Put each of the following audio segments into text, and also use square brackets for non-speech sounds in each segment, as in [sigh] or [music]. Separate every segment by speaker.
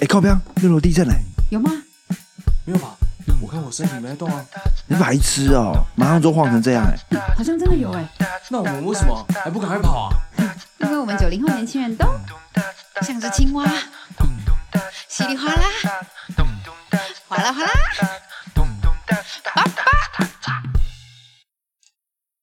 Speaker 1: 哎，靠边，六楼地震嘞、
Speaker 2: 有吗？
Speaker 3: 没有吧？我看我身体没在动啊。
Speaker 1: 你白痴哦、马上就晃成这样哎、
Speaker 2: 好像真的有哎、
Speaker 3: 那我们为什么还不赶快跑啊？
Speaker 2: 因为我们九零后年轻人都像只青蛙，稀里哗啦，哗啦哗啦。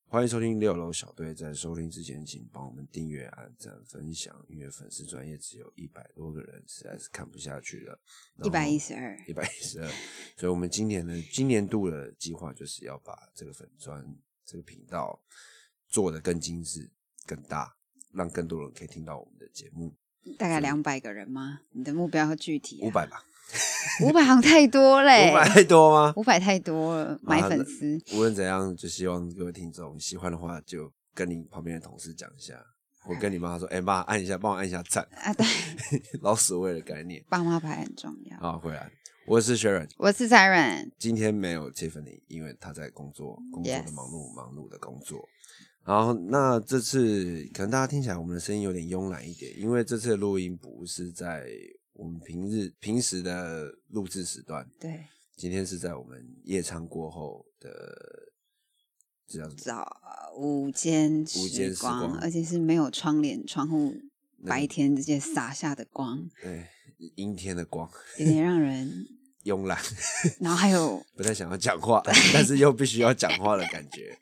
Speaker 1: 欢迎收听六楼小队，在收听之前，请帮我们订阅、按赞、分享，因为粉丝专业只有一百多个人，实在是看不下去了。
Speaker 2: 一百一十二，
Speaker 1: 一百一十二，所以我们今年的今年度的计划就是要把这个粉砖这个频道做得更精致、更大，让更多人可以听到我们的节目。
Speaker 2: 大概两百个人吗？你的目标和具体、啊？
Speaker 1: 五，百吧，
Speaker 2: 五百好像太多嘞、
Speaker 1: [laughs] 五百太多吗？
Speaker 2: 五百太多了，买粉丝、
Speaker 1: [laughs] 无论怎样，就希望各位听众喜欢的话，就跟你旁边的同事讲一下。我跟你妈说，哎、妈，按一下，帮我按一下赞，
Speaker 2: 啊，对，
Speaker 1: [laughs] 老死味的概念。
Speaker 2: 爸妈牌很重要。
Speaker 1: 好，回来，我是 Sharon，
Speaker 2: 我是 Siren，
Speaker 1: 今天没有 Tiffany，因为她在工作，工作的
Speaker 2: Yes
Speaker 1: 忙碌，忙碌的工作。然后，那这次可能大家听起来我们的声音有点慵懒一点，因为这次的录音不是在我们平日平时的录制时段，
Speaker 2: 对，
Speaker 1: 今天是在我们夜唱过后的，这叫什么？
Speaker 2: 早午间
Speaker 1: 午间
Speaker 2: 时
Speaker 1: 时光嗯
Speaker 2: 而且是没有窗帘、窗户，
Speaker 1: 那个
Speaker 2: 白天直接洒下的光，
Speaker 1: 对，哎阴天的光，
Speaker 2: 有点让人，
Speaker 1: 慵懒，
Speaker 2: 然后还有
Speaker 1: 不太想要讲话， [laughs] 但是又必须要讲话的感觉。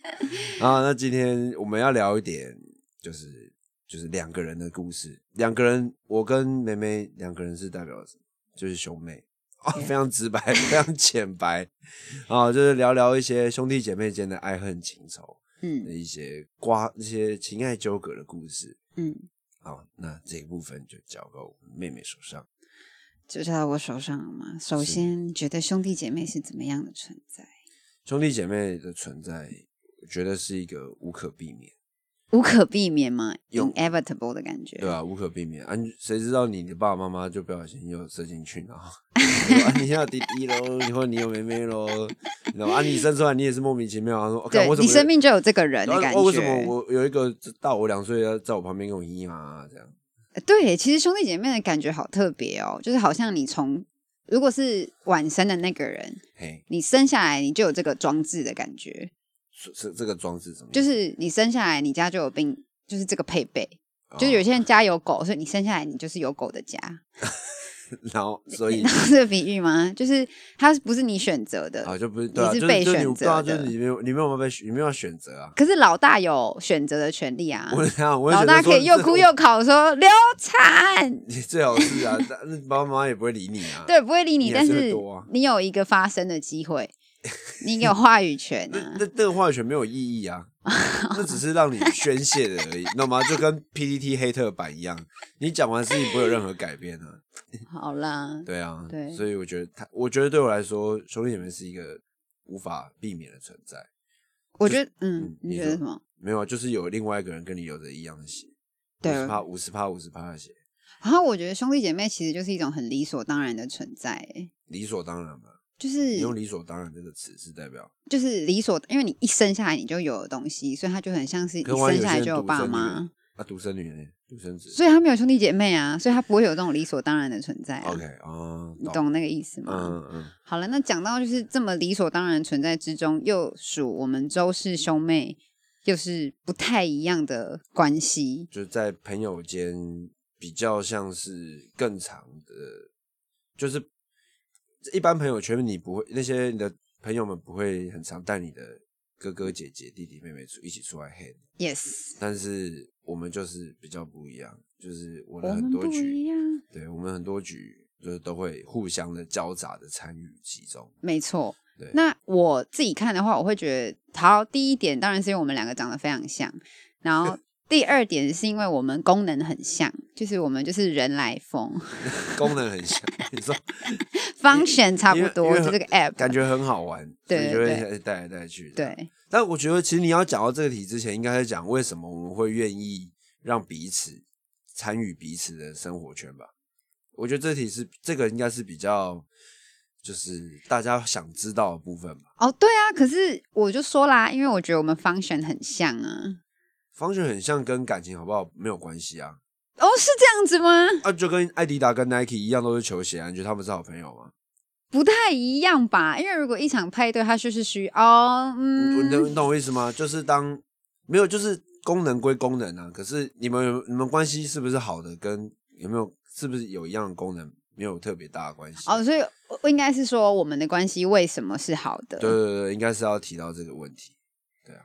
Speaker 1: 啊，那今天我们要聊一点，就是就是两个人的故事。两个人，我跟梅梅两个人是代表就是兄妹啊，
Speaker 2: Yeah
Speaker 1: 非常直白， [laughs] 非常浅白啊，就是聊聊一些兄弟姐妹间的爱恨情仇，的
Speaker 2: 嗯
Speaker 1: 一些瓜一些情爱纠葛的故事。
Speaker 2: 嗯，
Speaker 1: 好，那这一部分就交到我妹妹手上。
Speaker 2: 就交到我手上了嘛。首
Speaker 1: 是
Speaker 2: 先，觉得兄弟姐妹是怎么样的存在？
Speaker 1: 兄弟姐妹的存在，我觉得是一个无可避免。
Speaker 2: 无可避免嘛
Speaker 1: 有
Speaker 2: ，inevitable 的感觉。
Speaker 1: 对啊，无可避免啊！你谁知道你的爸爸妈妈就不小心又射进去，然后说 [laughs] 啊你有弟弟喽，你或你有妹妹喽，你知道吗？啊，你生出来你也是莫名其妙，他说，哦干
Speaker 2: 对
Speaker 1: 我怎
Speaker 2: 你
Speaker 1: 么有
Speaker 2: 生命就有这个人
Speaker 1: 然
Speaker 2: 的
Speaker 1: 后
Speaker 2: 感
Speaker 1: 哦为什
Speaker 2: 觉
Speaker 1: 么我有一个大我两岁，要在我旁边跟我姨妈啊这样？
Speaker 2: 呃对，其实兄弟姐妹的感觉好特别哦，就是好像你从如果是晚生的那个人，
Speaker 1: 嘿，
Speaker 2: 你生下来你就有这个装置的感觉，
Speaker 1: 是是这个装置怎么样？
Speaker 2: 就是你生下来你家就有病，就是这个配备。
Speaker 1: 哦
Speaker 2: 就是有些人家有狗，所以你生下来你就是有狗的家，
Speaker 1: 然后
Speaker 2: [laughs]
Speaker 1: 所以
Speaker 2: 这个比喻吗？就是它不是你选择的，
Speaker 1: 啊，就不是对啊，
Speaker 2: 你是
Speaker 1: 就
Speaker 2: 被
Speaker 1: 就
Speaker 2: 选
Speaker 1: 对啊，
Speaker 2: 择
Speaker 1: 就是
Speaker 2: 的
Speaker 1: 你没有你没有被选你没有选择啊。 [laughs]
Speaker 2: 可是老大有选择的权利啊。
Speaker 1: 我这样，我会
Speaker 2: 老
Speaker 1: 选择
Speaker 2: 大
Speaker 1: 说
Speaker 2: 可以又
Speaker 1: 这
Speaker 2: 哭又考说流产，
Speaker 1: 你最好是啊，但是爸爸妈妈也不会理你啊。
Speaker 2: [laughs] 对，不会理你，
Speaker 1: 你还
Speaker 2: 但
Speaker 1: 是会
Speaker 2: 是
Speaker 1: 多啊
Speaker 2: 你有一个发声的机
Speaker 1: [laughs]
Speaker 2: 会，你有话语权
Speaker 1: 那
Speaker 2: 啊。
Speaker 1: [laughs] 那那个话语权没有意义
Speaker 2: [laughs]
Speaker 1: 啊，那只是让你宣泄的而已，懂吗？就跟 PPT 黑特版一样，你讲完事情不会有任何改变啊。
Speaker 2: 好啦，
Speaker 1: 对啊，
Speaker 2: [laughs] 对
Speaker 1: 所以我觉得他，我觉得对我来说，兄弟姐妹是一个无法避免的存在。
Speaker 2: 我觉得，嗯
Speaker 1: 嗯，
Speaker 2: 你
Speaker 1: 你
Speaker 2: 觉得
Speaker 1: 说
Speaker 2: 什么？
Speaker 1: 没有啊，就是有另外一个人跟你有着一样的血，
Speaker 2: 对
Speaker 1: 五十趴、五十趴、五十趴的血，
Speaker 2: 然后我觉得兄弟姐妹其实就是一种很理所当然的存在、欸
Speaker 1: 理所当然嘛。
Speaker 2: 就是
Speaker 1: 你用“理所当然”这个词是代表，
Speaker 2: 就是理所，因为你一生下来你就有的东西，所以他就很像是一
Speaker 1: 可万一
Speaker 2: 生
Speaker 1: 有
Speaker 2: 下
Speaker 1: 些
Speaker 2: 来
Speaker 1: 人
Speaker 2: 就
Speaker 1: 独
Speaker 2: 爸
Speaker 1: 生女
Speaker 2: 妈
Speaker 1: 呢，啊，独生女呢，独生子。
Speaker 2: 所以他没有兄弟姐妹啊，所以他不会有这种理所当然的存在、啊。
Speaker 1: OK 啊，
Speaker 2: 你懂那个意思吗？
Speaker 1: 嗯嗯嗯，
Speaker 2: 好了，那讲到就是这么理所当然的存在之中，又属我们周氏兄妹，又是不太一样的关系。
Speaker 1: 就在朋友间比较像是更长的，就是一般朋友圈你不会那些你的朋友们不会很常带你的哥哥姐姐、弟弟妹妹出一起出来 hang，
Speaker 2: Yes，
Speaker 1: 但是我们就是比较不一样，就是
Speaker 2: 我
Speaker 1: 我的很
Speaker 2: 们
Speaker 1: 多
Speaker 2: 不一
Speaker 1: 局，
Speaker 2: 样，
Speaker 1: 对我们很多局就是都会互相的交杂的参与其中，
Speaker 2: [laughs] 没错
Speaker 1: 对。
Speaker 2: 那我自己看的话，我会觉得，好，第一点当然是因为我们两个长得非常像，然
Speaker 1: [laughs]
Speaker 2: 后第二点是因为我们功能很像，就是我们就是人来
Speaker 1: [laughs]
Speaker 2: 疯
Speaker 1: 功能很
Speaker 2: [laughs]
Speaker 1: 像，你说
Speaker 2: ，function 差不
Speaker 1: 因
Speaker 2: 多，
Speaker 1: 为
Speaker 2: 就这个 app
Speaker 1: 感觉很好玩，所以
Speaker 2: 对
Speaker 1: 就
Speaker 2: 对
Speaker 1: 会带来带去，。
Speaker 2: 对
Speaker 1: 但我觉得，其实你要讲到这个题之前，应该在讲为什么我们会愿意让彼此参与彼此的生活圈吧。我觉得这题是这个应该是比较，就是大家想知道的部分吧。
Speaker 2: 哦，对啊。可是我就说啦，因为我觉得我们 function 很像啊。
Speaker 1: 方选很像跟感情好不好没有关系啊，
Speaker 2: 哦，是这样子吗？
Speaker 1: 啊，就跟艾迪达跟 Nike 一样，都是球鞋啊，你觉得他们是好朋友吗？
Speaker 2: 不太一样吧？因为如果一场派对，它就是需哦，
Speaker 1: 你你
Speaker 2: 嗯，
Speaker 1: 懂我意思吗？就是当没有，就是功能归功能啊，可是你们有你们关系是不是好的，跟有没有是不是有一样的功能，没有特别大的关系。
Speaker 2: 哦，所以我应该是说我们的关系为什么是好的？
Speaker 1: 对对对，应该是要提到这个问题。对啊，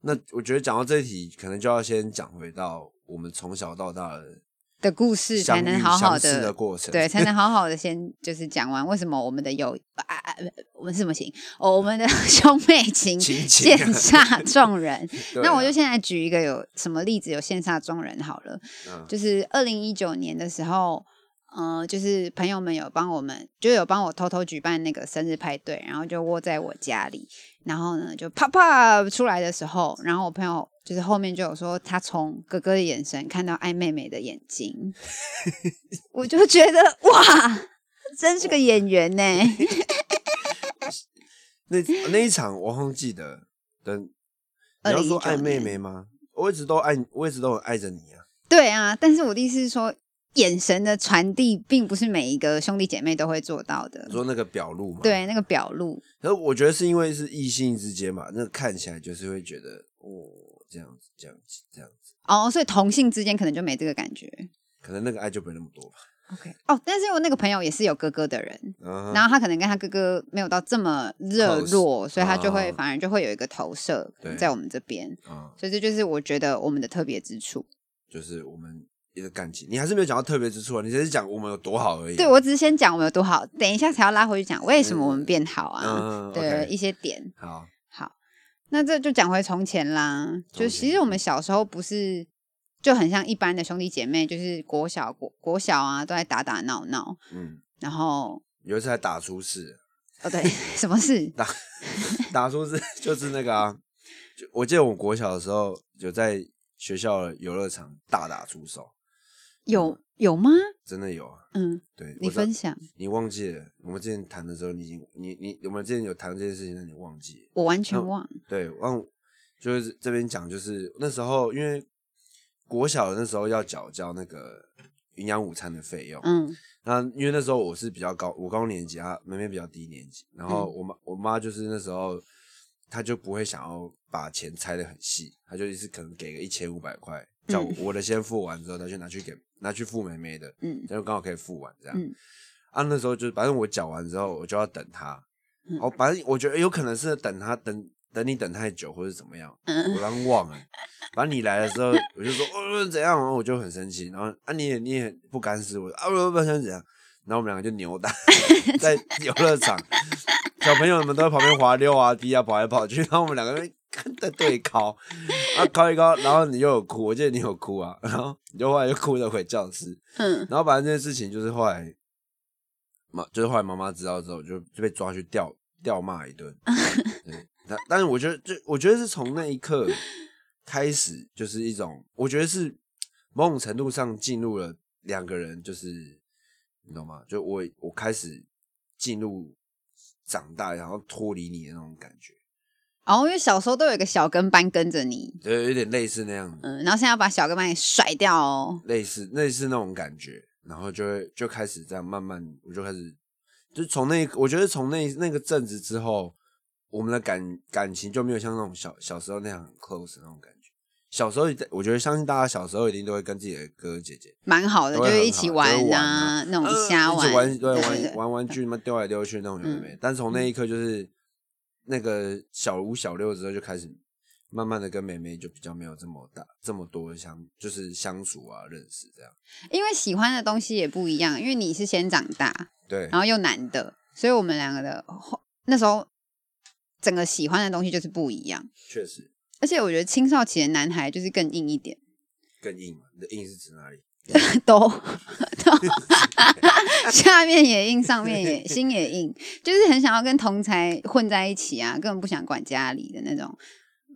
Speaker 1: 那我觉得讲到这一题，可能就要先讲回到我们从小到大的
Speaker 2: 的故事才
Speaker 1: 相
Speaker 2: 能
Speaker 1: 遇
Speaker 2: 好好
Speaker 1: 相
Speaker 2: 的
Speaker 1: 识的过程。
Speaker 2: 对，才能好好的先就是讲完为什么我们的友啊啊，我们是什么情？哦，我们的 [laughs] 兄妹情
Speaker 1: [laughs] 亲情啊
Speaker 2: 羡
Speaker 1: [laughs]
Speaker 2: 煞众人。
Speaker 1: 对啊
Speaker 2: 那我就现在举一个有什么例子有羡煞众人好了，
Speaker 1: 嗯
Speaker 2: 就是二零一九年的时候。嗯、就是朋友们有帮我们，就有帮我偷偷举办那个生日派对，然后就窝在我家里，然后呢就啪啪出来的时候，然后我朋友就是后面就有说，他从哥哥的眼神看到爱妹妹的眼
Speaker 1: [laughs]
Speaker 2: 睛，我就觉得哇，真是个演员呢、
Speaker 1: [laughs] 那那一场我忘记得，
Speaker 2: [laughs]
Speaker 1: 等你
Speaker 2: 2019
Speaker 1: 要说爱妹
Speaker 2: 年
Speaker 1: 妹吗？我一直都爱，我一直都很爱着你啊。
Speaker 2: 对啊，但是我的意思是说，眼神的传递并不是每一个兄弟姐妹都会做到的
Speaker 1: 你。说那个表露嘛，。
Speaker 2: 对，那个表露，
Speaker 1: 可是我觉得是因为是异性之间嘛，那看起来就是会觉得哦，这样子，这样子，这样子，
Speaker 2: 哦，所以同性之间可能就没这个感觉。
Speaker 1: 可能那个爱就没那么多吧。
Speaker 2: OK，哦，但是我那个朋友也是有哥哥的人，
Speaker 1: 嗯
Speaker 2: 然
Speaker 1: 哼，
Speaker 2: 后他可能跟他哥哥没有到这么热
Speaker 1: Close
Speaker 2: 络，所以他就会、
Speaker 1: 啊
Speaker 2: 反而就会有一个投射
Speaker 1: 对
Speaker 2: 在我们这边，
Speaker 1: 啊，
Speaker 2: 所以这就是我觉得我们的特别之处。
Speaker 1: 就是我们一个感情，你还是没有讲到特别之处啊，你只是讲我们有多好而已啊。
Speaker 2: 对我只是先讲我们有多好，等一下才要拉回去讲为什么我们变好啊，
Speaker 1: 嗯，
Speaker 2: 对
Speaker 1: OK
Speaker 2: 一些点。
Speaker 1: 好，
Speaker 2: 好，那这就讲回从前啦。
Speaker 1: 从
Speaker 2: 就
Speaker 1: 前
Speaker 2: 其实我们小时候不是就很像一般的兄弟姐妹，就是国小国国小啊都在打打闹闹，
Speaker 1: 嗯，
Speaker 2: 然后
Speaker 1: 有一次还打出事， [laughs]
Speaker 2: 哦对， [laughs] 什么事？
Speaker 1: 打打出事 [laughs] 就是那个啊，就我记得我国小的时候有在学校的游乐场大打出手，
Speaker 2: 有有吗？
Speaker 1: 真的有啊。
Speaker 2: 嗯，
Speaker 1: 对，
Speaker 2: 你
Speaker 1: 我知道
Speaker 2: 分享，
Speaker 1: 你忘记了，我们之前谈的时候，你已经你你我们之前有谈这件事情，但你忘记了。
Speaker 2: 我完全
Speaker 1: 嗯
Speaker 2: 忘。
Speaker 1: 对，忘就是这边讲，就是那时候因为国小的那时候要缴交那个营养午餐的费用，
Speaker 2: 嗯
Speaker 1: 那因为那时候我是比较高，我高年级，啊，妹妹比较低年级，然后
Speaker 2: 嗯
Speaker 1: 我妈我妈就是那时候，她就不会想要把钱拆的很细，她就一次可能给个一千五百块，叫我,、的先付完之后，她就拿去给拿去付妹妹的，
Speaker 2: 嗯
Speaker 1: 然后刚好可以付完这样。
Speaker 2: 嗯
Speaker 1: 啊，那时候就是反正我缴完之后，我就要等她，
Speaker 2: 嗯
Speaker 1: 哦，反正我觉得有可能是等她等等你等太久或者怎么样，我
Speaker 2: 嗯，
Speaker 1: 刚忘了。反正你来的时候，我就说哦怎样，然后我就很生气，然后啊你也你也不干涉我，啊不不想怎样，然后我们两个就
Speaker 2: [laughs]
Speaker 1: 扭打在游乐场，小朋友们都在旁边滑溜啊踢啊跑来跑去，然后我们两个人在对敲，啊敲一敲，然后你又有哭，我记得你有哭啊，然后你就后来就哭着回教室，
Speaker 2: 嗯，
Speaker 1: 然后反正这件事情就是后来妈，就是后来妈妈知道之后，就就被抓去吊吊骂一顿。对，但但是我觉得，就我觉得是从那一刻开始，就是一种，我觉得是某种程度上进入了两个人，就是你懂吗？就我我开始进入长大，然后脱离你的那种感觉，
Speaker 2: 哦，因为小时候都有一个小跟班跟着你，
Speaker 1: 就有点类似那样子。
Speaker 2: 嗯，然后现在要把小跟班给甩掉哦。
Speaker 1: 类似类似那种感觉，然后就会就开始这样慢慢，我就开始，就从那我觉得从那那个阵子之后，我们的感感情就没有像那种小小时候那样很 close 的那种感觉。小时候，我觉得相信大家小时候一定都会跟自己的哥哥姐姐
Speaker 2: 蛮好的，就
Speaker 1: 都会
Speaker 2: 是
Speaker 1: 很
Speaker 2: 一起
Speaker 1: 好就会玩
Speaker 2: 啊
Speaker 1: 啊，
Speaker 2: 那种
Speaker 1: 呃
Speaker 2: 瞎
Speaker 1: 一起玩，
Speaker 2: 对对
Speaker 1: 对，
Speaker 2: 嗯
Speaker 1: 玩玩玩具嘛，丢来丢去那种有的没的。但是从那一刻就是那个小五小六之后就开始。慢慢的跟妹妹就比较没有这么大这么多相就是相处啊认识这样，
Speaker 2: 因为喜欢的东西也不一样，因为你是先长大，
Speaker 1: 对，
Speaker 2: 然后又男的，所以我们两个的后那时候整个喜欢的东西就是不一样。
Speaker 1: 确实
Speaker 2: 而且我觉得青少期的男孩就是更硬一点，
Speaker 1: 更硬嘛。你的硬是指哪
Speaker 2: [laughs]
Speaker 1: 里？呃
Speaker 2: 都
Speaker 1: [laughs]
Speaker 2: 都下面也硬，上面也心也硬，就是很想要跟同才混在一起啊，根本不想管家里的那种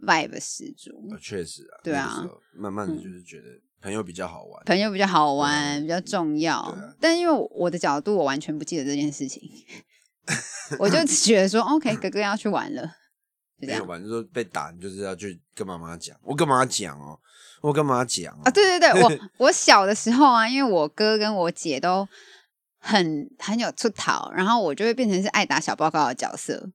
Speaker 2: vibe 十足
Speaker 1: 呃，。确实啊，
Speaker 2: 对啊
Speaker 1: 那个时候慢慢的就是觉得朋友比较好玩。
Speaker 2: 朋友比较好玩，比较重要。
Speaker 1: 啊对啊
Speaker 2: 但因为我的角度，我完全不记得这件事情， [laughs] 我就只觉得说，OK，哥哥要去玩了，就这
Speaker 1: 没有
Speaker 2: 样。
Speaker 1: 吧？就是说被打，你就是要去跟妈妈讲。我跟妈妈讲哦，我干嘛讲
Speaker 2: 啊，对对
Speaker 1: [laughs]
Speaker 2: 对，我我小的时候啊，因为我哥跟我姐都很很有出逃，然后我就会变成是爱打小报告的角
Speaker 1: [laughs]
Speaker 2: 色，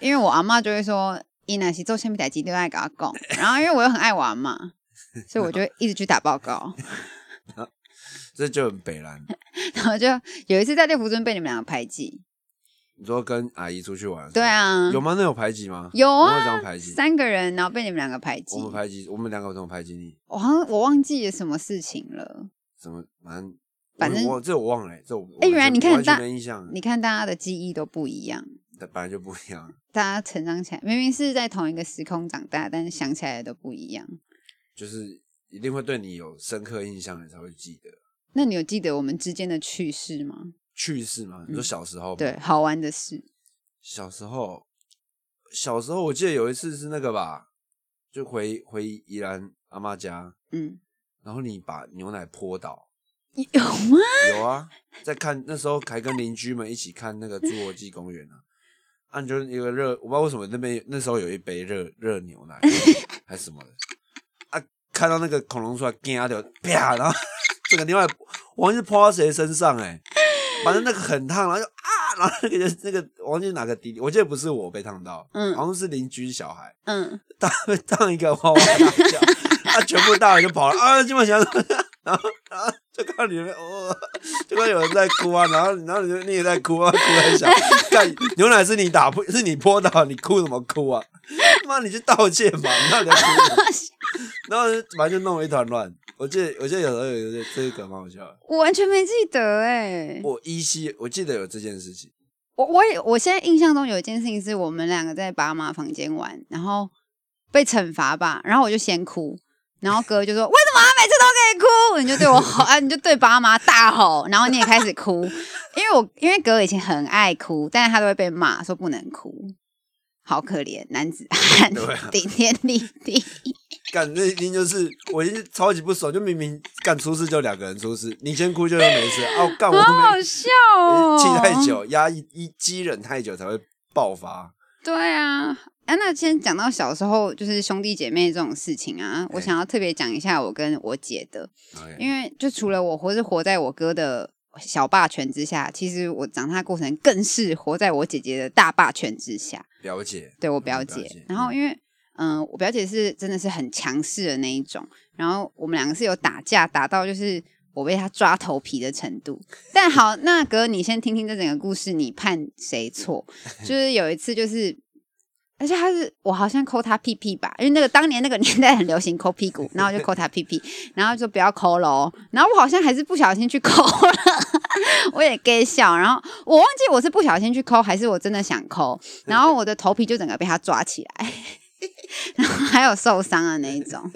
Speaker 2: 因为我阿妈就会说，伊那是做下面代志都爱跟我讲，然后因为我又很爱玩嘛，所以我就会一直去打报
Speaker 1: [laughs]
Speaker 2: 告，
Speaker 1: 这就很北
Speaker 2: [laughs]
Speaker 1: 蓝。
Speaker 2: 然后就有一次在六福村被你们两个排挤，
Speaker 1: 你说跟阿姨出去玩，
Speaker 2: 对，啊，
Speaker 1: 有吗？那有排挤吗？
Speaker 2: 有
Speaker 1: 我有这
Speaker 2: 啊
Speaker 1: 样，排挤。
Speaker 2: 三个人然后被你们两个排挤
Speaker 1: 我，们排挤，我们两个怎么排挤你？
Speaker 2: 我好像我忘记了什么事情了。
Speaker 1: 怎么？反正
Speaker 2: 反正
Speaker 1: 我我这我忘了、欸，这我
Speaker 2: 哎原来
Speaker 1: 我
Speaker 2: 你看
Speaker 1: 完全
Speaker 2: 大
Speaker 1: 没印象，欸
Speaker 2: 你看大家的记忆都不一样。
Speaker 1: 本来就不一样，
Speaker 2: 大家成长起来，明明是在同一个时空长大，但是想起来的都不一样。
Speaker 1: 就是一定会对你有深刻印象，你才会记得
Speaker 2: 那你有记得我们之间的趣事吗？
Speaker 1: 去世嘛。你说小时候、，
Speaker 2: 嗯对，好玩的事。
Speaker 1: 小时候，小时候我记得有一次是那个吧，就回回宜兰阿妈家，
Speaker 2: 嗯，
Speaker 1: 然后你把牛奶泼倒。
Speaker 2: [laughs] 有吗？
Speaker 1: 有啊，在看那时候还跟邻居们一起看那个侏罗纪公园啊，啊，你就是一个热，我不知道为什么那边那时候有一杯热热牛奶还是什么的，啊，看到那个恐龙出来，啪就啪，然后 [laughs] 整个牛奶忘记是泼到谁身上哎、反正那个很烫，然后就啊，然后那个人那个我忘记哪个弟弟，我记得不是我被烫到，
Speaker 2: 嗯
Speaker 1: 好像是邻居小孩，
Speaker 2: 嗯，
Speaker 1: 当 [laughs] 当一个娃娃大叫，啊，全部大人就跑了啊，金马祥， [laughs] 然后然后就看到里面哦，就看到有人在哭啊，然后然后你就你也在哭啊，哭在想，干牛奶是你打破，是你泼倒，你哭什么哭啊？ [laughs] 妈，你去道歉吧，你到底在哭什么？ [laughs] 然后反正就弄了一团乱。我记得我记得有时候有有这一个蛮好笑的，
Speaker 2: 我完全没记得哎、
Speaker 1: 我依稀我记得有这件事情，
Speaker 2: 我我也我现在印象中有一件事情是我们两个在爸妈房间玩，然后被惩罚吧，然后我就先哭。然后哥就
Speaker 1: [laughs]
Speaker 2: 说：“为什么他每次都可以哭？”你就对我吼，啊，你就对爸妈大吼，然后你也开始哭，因为我因为哥以前很爱哭，但是他都会被骂说不能哭，好可怜，男子汉
Speaker 1: 对啊，
Speaker 2: 顶天立地。
Speaker 1: 干那一定就是我已经超级不爽，就明明干出事就两个人出事，你先哭就又没事，哦、 [laughs] 干我
Speaker 2: 好
Speaker 1: 没
Speaker 2: 好笑哦！
Speaker 1: 气太，久，压抑一积忍太久才会爆发。
Speaker 2: 对啊。啊，那先讲到小时候，就是兄弟姐妹这种事情啊，我
Speaker 1: 哎
Speaker 2: 想要特别讲一下我跟我姐的，因为就除了我活是活在我哥的小霸权之下，其实我长大过程更是活在我姐姐的大霸权之下。
Speaker 1: 表姐，
Speaker 2: 对我
Speaker 1: 嗯
Speaker 2: 表
Speaker 1: 了
Speaker 2: 姐，
Speaker 1: 解
Speaker 2: 然后
Speaker 1: 嗯
Speaker 2: 因为嗯、呃我表姐是真的是很强势的那一种，然后我们两个是有打架打到就是我被她抓头皮的程度。
Speaker 1: [laughs]
Speaker 2: 但好，那哥，你先听听这整个故事，你判谁错？就是有一次就是。而且她是我好像抠她屁屁吧，因为那个当年那个年代很流行抠屁股，然后我就抠她屁屁，然后就不要抠喽。然后我好像还是不小心去抠了， [laughs] 我也给笑。然后我忘记我是不小心去抠，还是我真的想抠。然后我的头皮就整个被他抓起来， [laughs] 然后还有受伤的那一种。 [laughs]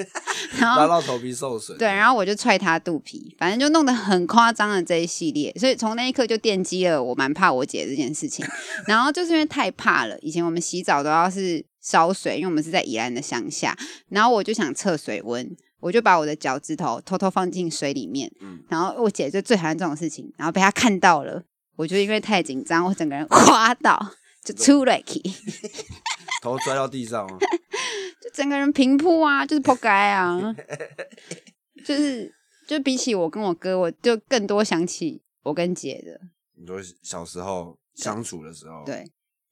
Speaker 2: 然
Speaker 1: 拉
Speaker 2: 后
Speaker 1: 到头皮受损。
Speaker 2: 对，然后我就踹他肚皮，反正就弄得很夸张的这一系列。所以从那一刻就奠基了我蛮怕我姐这件事情。然后就是因为太怕了，以前我们洗澡都要是烧水，因为我们是在宜兰的乡下。然后我就想测水温。我就把我的脚趾头偷偷放进水里面，
Speaker 1: 嗯
Speaker 2: 然后我姐就最讨厌这种事情，然后被她看到了，我就因为太紧张，我整个人滑倒，就出了去。
Speaker 1: 头摔到
Speaker 2: [laughs]
Speaker 1: 地上哦，
Speaker 2: 就整个人平铺啊，就是扑街啊，就是就比起我跟我哥，我就更多想起我跟姐的，
Speaker 1: 你说小时候相处的时候，
Speaker 2: 对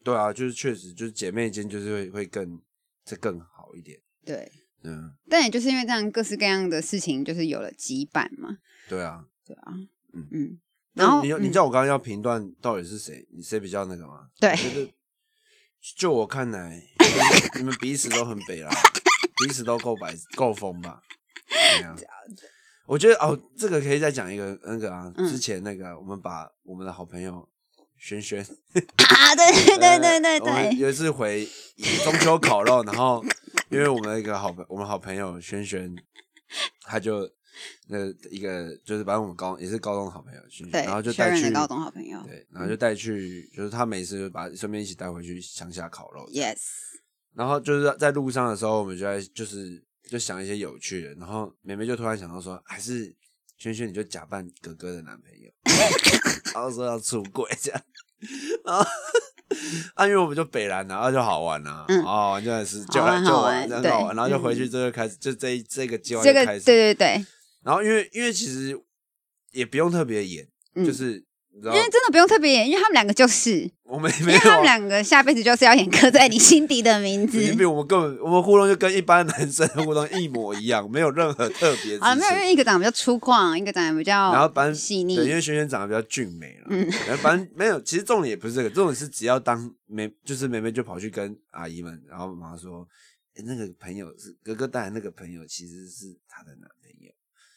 Speaker 1: 对啊，就是确实就是姐妹间就是会会更这更好一点。
Speaker 2: 对，
Speaker 1: 嗯，
Speaker 2: 但也就是因为这样各式各样的事情，就是有了羁绊嘛，
Speaker 1: 对啊。
Speaker 2: 对啊，
Speaker 1: 嗯
Speaker 2: 嗯，然
Speaker 1: 那
Speaker 2: 后
Speaker 1: 你要
Speaker 2: 嗯
Speaker 1: 你叫我刚刚要评断到底是谁，你谁比较那个吗？
Speaker 2: 对 [laughs]
Speaker 1: 我觉得就我看来，你们彼此都很北啦，彼此都够白够疯吧？对啊，我觉得哦，这个可以再讲一个那个啊，
Speaker 2: 嗯
Speaker 1: 之前那个我们把我们的好朋友轩轩，
Speaker 2: 啊，对对对对对
Speaker 1: 呃我们
Speaker 2: 对，
Speaker 1: 有一次回中秋烤肉，然后因为我们一个好朋我们好朋友轩轩，他就那一个就是反正我们高也是高中的好朋友轩轩，
Speaker 2: 对，
Speaker 1: 然后就
Speaker 2: 确
Speaker 1: 带
Speaker 2: 认
Speaker 1: 去
Speaker 2: 的高中好朋友
Speaker 1: 对，然后就带去，就是他每次就把顺便一起带回去乡下烤肉。
Speaker 2: ，yes，
Speaker 1: 然后就是在路上的时候，我们就在就是就想一些有趣的。然后妹妹就突然想到说，还是轩轩你就假 [laughs] 扮哥哥的男朋友，然后说要出轨这样。然后啊，因为我们就北蓝啊，啊就好玩啊，
Speaker 2: 嗯
Speaker 1: 哦，真的是就
Speaker 2: 好玩
Speaker 1: 就
Speaker 2: 好
Speaker 1: 玩，
Speaker 2: 玩
Speaker 1: 真的好
Speaker 2: 对
Speaker 1: 玩，然后就回去
Speaker 2: 嗯
Speaker 1: 这就开始，就这一这个计划
Speaker 2: 这
Speaker 1: 就
Speaker 2: 个
Speaker 1: 开
Speaker 2: 对
Speaker 1: 始，
Speaker 2: 对对，
Speaker 1: 然后因为因为其实也不用特别演，
Speaker 2: 嗯
Speaker 1: 就是你知道
Speaker 2: 因为真的不用特别演，因为他们两个就是，
Speaker 1: 我们
Speaker 2: 因
Speaker 1: 没
Speaker 2: 为
Speaker 1: 有啊
Speaker 2: 他们两个下辈子就是要演刻在你心底的名字
Speaker 1: [laughs] 已。经比我们根本我们互动就跟一般男生的互动一模一样，没有任何特别之
Speaker 2: 好了，没有，因
Speaker 1: 处。
Speaker 2: 为一个长得比较粗犷，一个长得比较
Speaker 1: 然后反正
Speaker 2: 细
Speaker 1: 对，因
Speaker 2: 腻。
Speaker 1: 为萱萱长得比较俊美了，
Speaker 2: 嗯
Speaker 1: 然后反正没有。其实重点也不是这个，重点是只要当梅，就是梅梅就跑去跟阿姨们，然后妈妈说、诶那个朋友是哥哥带的那个朋友，其实是她的男朋友。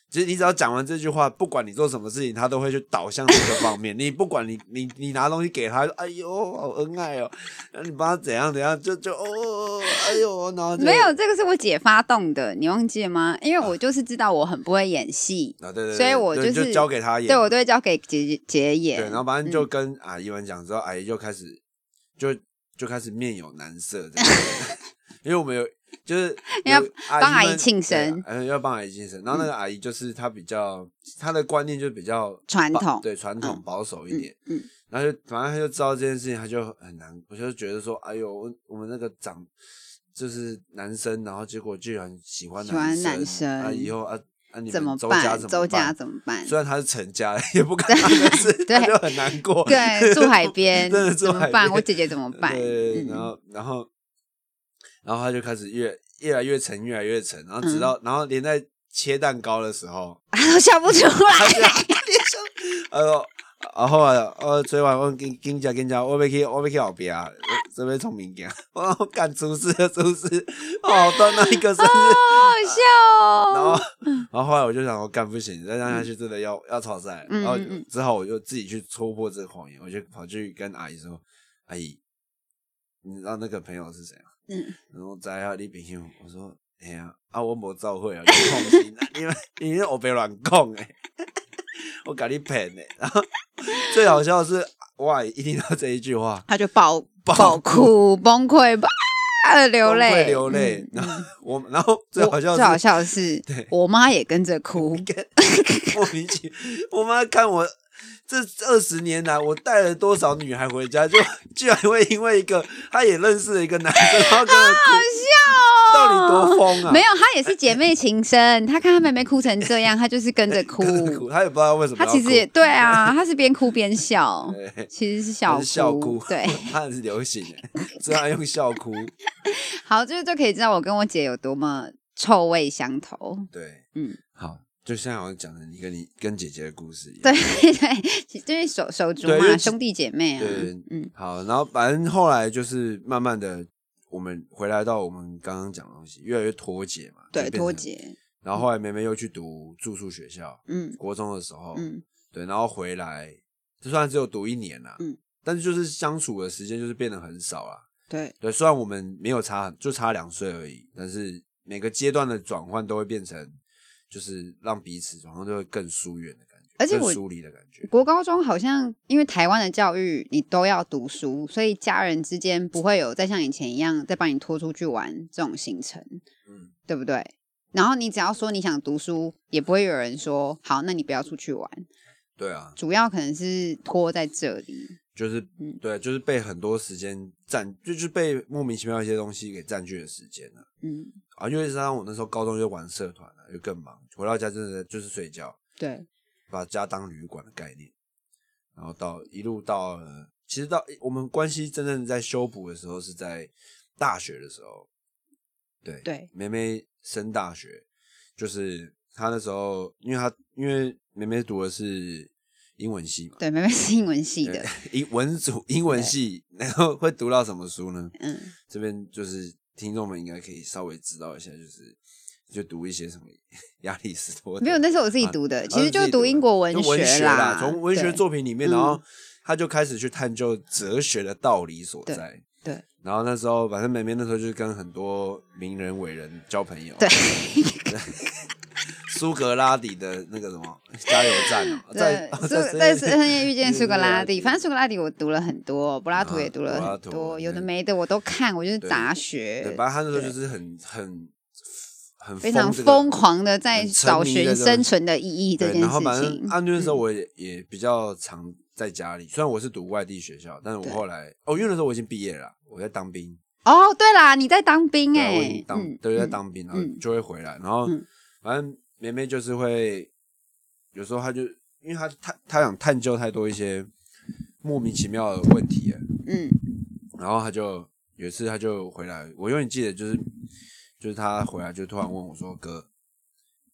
Speaker 1: 其实你只要讲完这句话，不管你做什么事情，他都会去导向这个方面。你不管你你你拿东西给他，哎呦好恩爱哦，然后你帮他怎样怎样，就就哦哦哦哎呦，然后就
Speaker 2: 没有，这个是我姐发动的，你忘记了吗？因为我就是知道我很不会演戏，
Speaker 1: 啊，对对对，
Speaker 2: 所以我
Speaker 1: 对你
Speaker 2: 就是
Speaker 1: 就交给他演，
Speaker 2: 对我都会交给姐姐姐
Speaker 1: 对
Speaker 2: 演。
Speaker 1: 然后反正就
Speaker 2: 嗯
Speaker 1: 跟阿姨们讲之后，阿姨就开始就就开始面有难色这样
Speaker 2: [laughs]
Speaker 1: 子，因为我们有就是
Speaker 2: 要
Speaker 1: 有
Speaker 2: 帮阿姨
Speaker 1: 们
Speaker 2: 庆
Speaker 1: 对
Speaker 2: 生嗯
Speaker 1: 啊要帮阿姨庆生，然后那个阿姨就是她比较她的观念就比较
Speaker 2: 传
Speaker 1: 保
Speaker 2: 统
Speaker 1: 对传统
Speaker 2: 嗯
Speaker 1: 保守一点，
Speaker 2: 嗯嗯
Speaker 1: 然后就反正他就知道这件事情，他就很难，我就觉得说，哎呦，我我们那个长就是男生，然后结果居然喜欢
Speaker 2: 喜欢男
Speaker 1: 生，啊，
Speaker 2: 生
Speaker 1: 以后啊啊，你
Speaker 2: 怎
Speaker 1: 们
Speaker 2: 么
Speaker 1: 周家
Speaker 2: 办？
Speaker 1: 怎
Speaker 2: 周
Speaker 1: 么
Speaker 2: 家
Speaker 1: 办？
Speaker 2: 怎么办？
Speaker 1: 虽然他是成家了，也不敢，但是
Speaker 2: [laughs] 对
Speaker 1: 他就很难过。
Speaker 2: 对，住海边
Speaker 1: [laughs] 真的住
Speaker 2: 怎么
Speaker 1: 海
Speaker 2: 办？
Speaker 1: 边
Speaker 2: 我姐姐
Speaker 1: [laughs]
Speaker 2: 怎么办？
Speaker 1: 对，
Speaker 2: 嗯，
Speaker 1: 然后然后然后他就开始越越来越沉，越来越沉，然后
Speaker 2: 嗯
Speaker 1: 直到、然后连在切蛋糕的时
Speaker 2: [laughs]
Speaker 1: 候，
Speaker 2: 她都笑不出
Speaker 1: 他
Speaker 2: 来。
Speaker 1: 就哎呦，啊后来呃，昨晚我跟跟家跟家，我要去我要去后边啊，这边聪明点， [laughs] 我干出事了出事，哦，到那一个生日，
Speaker 2: 好好笑哦！
Speaker 1: 啊然后，然后后来我就想说，干不行，再这样下去真的要、要吵赛。
Speaker 2: 嗯
Speaker 1: 然后
Speaker 2: 嗯嗯
Speaker 1: 之后我就自己去戳破这个谎言，我就跑去跟阿姨说：“阿姨，你知道那个朋友是谁吗？”
Speaker 2: 嗯，
Speaker 1: 然后在下李炳雄，我说：“哎呀、啊，我没照会啊，你放心、啊，因为因为我别乱讲哎， [laughs] 我给你骗哎。”然后最好笑的是，我阿姨一听到这一句话，
Speaker 2: 她就爆
Speaker 1: [laughs] 爆
Speaker 2: 爆哭崩溃吧，啊流
Speaker 1: 崩溃
Speaker 2: 泪
Speaker 1: 流泪。
Speaker 2: 嗯
Speaker 1: 然后我，然后最
Speaker 2: 我
Speaker 1: 好笑的是
Speaker 2: 最好笑的是
Speaker 1: 对，
Speaker 2: 我妈也跟着
Speaker 1: [laughs]
Speaker 2: 哭。
Speaker 1: 莫名其妙，我妈看我这二十年来，我带了多少女孩回家，就 [laughs] 居然会因为一个她也认识了一个男生，然后跟我
Speaker 2: [laughs]
Speaker 1: 哭，
Speaker 2: 好
Speaker 1: 到底
Speaker 2: 哦
Speaker 1: 多疯啊！
Speaker 2: 没有，她也是姐妹情深。她看她妹妹哭成这样，她就是跟着哭。
Speaker 1: [laughs] 跟着哭， [laughs] 她也不知道为什么
Speaker 2: 她
Speaker 1: 要
Speaker 2: 其实也对啊，她是边哭边笑，
Speaker 1: 对
Speaker 2: 其实是
Speaker 1: [laughs]
Speaker 2: 笑
Speaker 1: 她 [laughs] 是笑哭，
Speaker 2: 对，
Speaker 1: 她很流行
Speaker 2: [laughs]
Speaker 1: 耶，所以她用笑哭，
Speaker 2: 好，这就可以知道我跟我姐有多么臭味相投。 [laughs]
Speaker 1: 对，
Speaker 2: 嗯，
Speaker 1: 好，就像我讲的，你跟你跟姐姐的故事一样，
Speaker 2: 对 [laughs] 对，就是手手足
Speaker 1: 对因为
Speaker 2: 嘛，兄弟姐妹啊。
Speaker 1: 对
Speaker 2: 嗯，
Speaker 1: 好，然后反正后来就是慢慢的，我们回来到我们刚刚讲的东西，越来越脱节嘛，
Speaker 2: 对，
Speaker 1: 就变成
Speaker 2: 脱节。
Speaker 1: 然后后来梅梅又去读住宿学校，
Speaker 2: 嗯
Speaker 1: 国中的时候，
Speaker 2: 嗯，
Speaker 1: 对，然后回来，就算只有读一年啦，
Speaker 2: 嗯，
Speaker 1: 但是就是相处的时间就是变得很少啦。
Speaker 2: 对，
Speaker 1: 对，虽然我们没有差很，就差两岁而已，但是每个阶段的转换都会变成，就是让彼此好像就会更疏远的感觉，
Speaker 2: 而且
Speaker 1: 更
Speaker 2: 我
Speaker 1: 疏离的感觉。
Speaker 2: 国高中好像因为台湾的教育，你都要读书，所以家人之间不会有再像以前一样再把你拖出去玩这种行程，
Speaker 1: 嗯，
Speaker 2: 对不对？然后你只要说你想读书，也不会有人说好，那你不要出去玩。
Speaker 1: 对啊，
Speaker 2: 主要可能是拖在这里，
Speaker 1: 就是
Speaker 2: 嗯
Speaker 1: 对，就是被很多时间占，就是被莫名其妙一些东西给占据了时间了。
Speaker 2: 嗯，
Speaker 1: 啊，因为加上我那时候高中就玩社团了，就更忙，回到家真的就是睡觉，
Speaker 2: 对，
Speaker 1: 把家当旅馆的概念，然后到一路到了，其实到我们关系真正在修补的时候是在大学的时候，对
Speaker 2: 对，
Speaker 1: 梅梅升大学，就是她那时候，因为她因为梅梅读的是英文系嘛，
Speaker 2: 对，妹妹是英文系
Speaker 1: [laughs]
Speaker 2: 的，
Speaker 1: 英文组英文系，然后会读到什么书呢？
Speaker 2: 嗯，
Speaker 1: 这边就是听众们应该可以稍微知道一下，就是就读一些什么 [laughs] 亚里士多德，
Speaker 2: 没有，那是我自己
Speaker 1: 啊
Speaker 2: 读的，
Speaker 1: 啊
Speaker 2: 其实
Speaker 1: 自己
Speaker 2: 就读英国文
Speaker 1: 就文
Speaker 2: 学
Speaker 1: 啦
Speaker 2: 啦，，
Speaker 1: 从文学
Speaker 2: 对
Speaker 1: 作品里面，
Speaker 2: 嗯
Speaker 1: 然后他就开始去探究哲学的道理所在。
Speaker 2: 对对
Speaker 1: 然后那时候，反正梅梅那时候就是跟很多名人伟人交朋友，
Speaker 2: 对，
Speaker 1: 苏格拉底的那个什么加油站
Speaker 2: [laughs]
Speaker 1: 哦， [laughs] 在
Speaker 2: 对，
Speaker 1: 哦
Speaker 2: 苏
Speaker 1: 在
Speaker 2: 在
Speaker 1: 深
Speaker 2: 深夜遇见
Speaker 1: 对
Speaker 2: 苏格拉
Speaker 1: 对
Speaker 2: 底，反正苏格拉底我读了很多，柏拉图也读了
Speaker 1: 啊
Speaker 2: 很
Speaker 1: 柏拉
Speaker 2: 多，
Speaker 1: 图
Speaker 2: 有的
Speaker 1: 对
Speaker 2: 没的我都看，我就是 [laughs]
Speaker 1: 对
Speaker 2: 杂
Speaker 1: 对，
Speaker 2: 学。
Speaker 1: 反正他那时候就是很很很
Speaker 2: 非常
Speaker 1: 这个
Speaker 2: 疯狂的在
Speaker 1: 很沉
Speaker 2: 找
Speaker 1: 迷
Speaker 2: 寻
Speaker 1: 的这个
Speaker 2: 生存的意义这
Speaker 1: 对，
Speaker 2: 件
Speaker 1: 然
Speaker 2: 事
Speaker 1: 后反正
Speaker 2: 情。
Speaker 1: 安军的时候，
Speaker 2: 嗯
Speaker 1: 我也也比较常在家里。虽然我是读外地学校，但是我
Speaker 2: 对
Speaker 1: 后来哦，因为那时候我已经毕业了啦，我在当兵，
Speaker 2: 哦，对啦，你在当兵
Speaker 1: 对
Speaker 2: 哎、
Speaker 1: 啊，我已经
Speaker 2: 欸，
Speaker 1: 当
Speaker 2: 嗯，
Speaker 1: 对在
Speaker 2: 嗯
Speaker 1: 当兵，然后
Speaker 2: 嗯
Speaker 1: 就会回来。然后
Speaker 2: 嗯
Speaker 1: 反正梅梅就是会有时候她就因为她她她想探究太多一些莫名其妙的问题了，
Speaker 2: 嗯，
Speaker 1: 然后他就有一次他就回来，我永远记得就是就是他回来就突然问我说：“哥，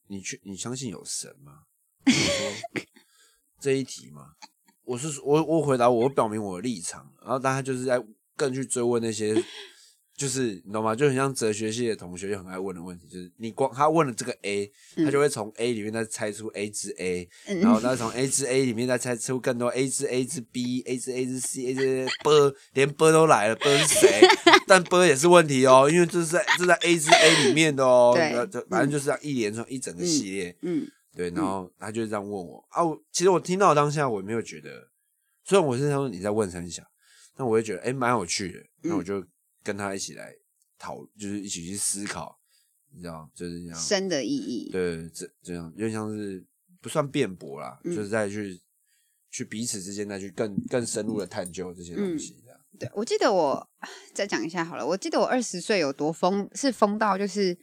Speaker 1: 你去你相信有神吗？”我说这一题嘛，我是我我回答我表明我的立场，然后但他就是在更去追问那些。就是你懂吗？就很像哲学系的同学就很爱问的问题，就是你光他问了这个 A，
Speaker 2: 嗯
Speaker 1: 他就会从 A 里面再猜出 A 至 A，
Speaker 2: [laughs] 嗯
Speaker 1: 然后再从 A 至 A 里面再猜出更多 A 至 A 至 B、A 至 A 至 C、A 至 B，连 B 都来了，B 是谁？但 B 也是问题哦，因为这是在这是在 A 至 A 里面的哦。
Speaker 2: 对
Speaker 1: 呃这反正就是这样一连串一整个系列。
Speaker 2: 嗯
Speaker 1: 对，然后他就这样问我啊，我其实我听到当下我没有觉得，虽然我是说你在问三小，但我也觉得哎蛮有趣的，
Speaker 2: 嗯
Speaker 1: 那我就跟他一起来讨，就是一起去思考，你知道，就是这样。
Speaker 2: 生的意义，
Speaker 1: 对，这这样有点像是不算辩驳啦，
Speaker 2: 嗯
Speaker 1: 就是再去去彼此之间再去更更深入的探究这些
Speaker 2: 嗯
Speaker 1: 东西，这样。
Speaker 2: [laughs] 对，我记得我再讲一下好了。我记得我二十岁有多疯，是疯到就是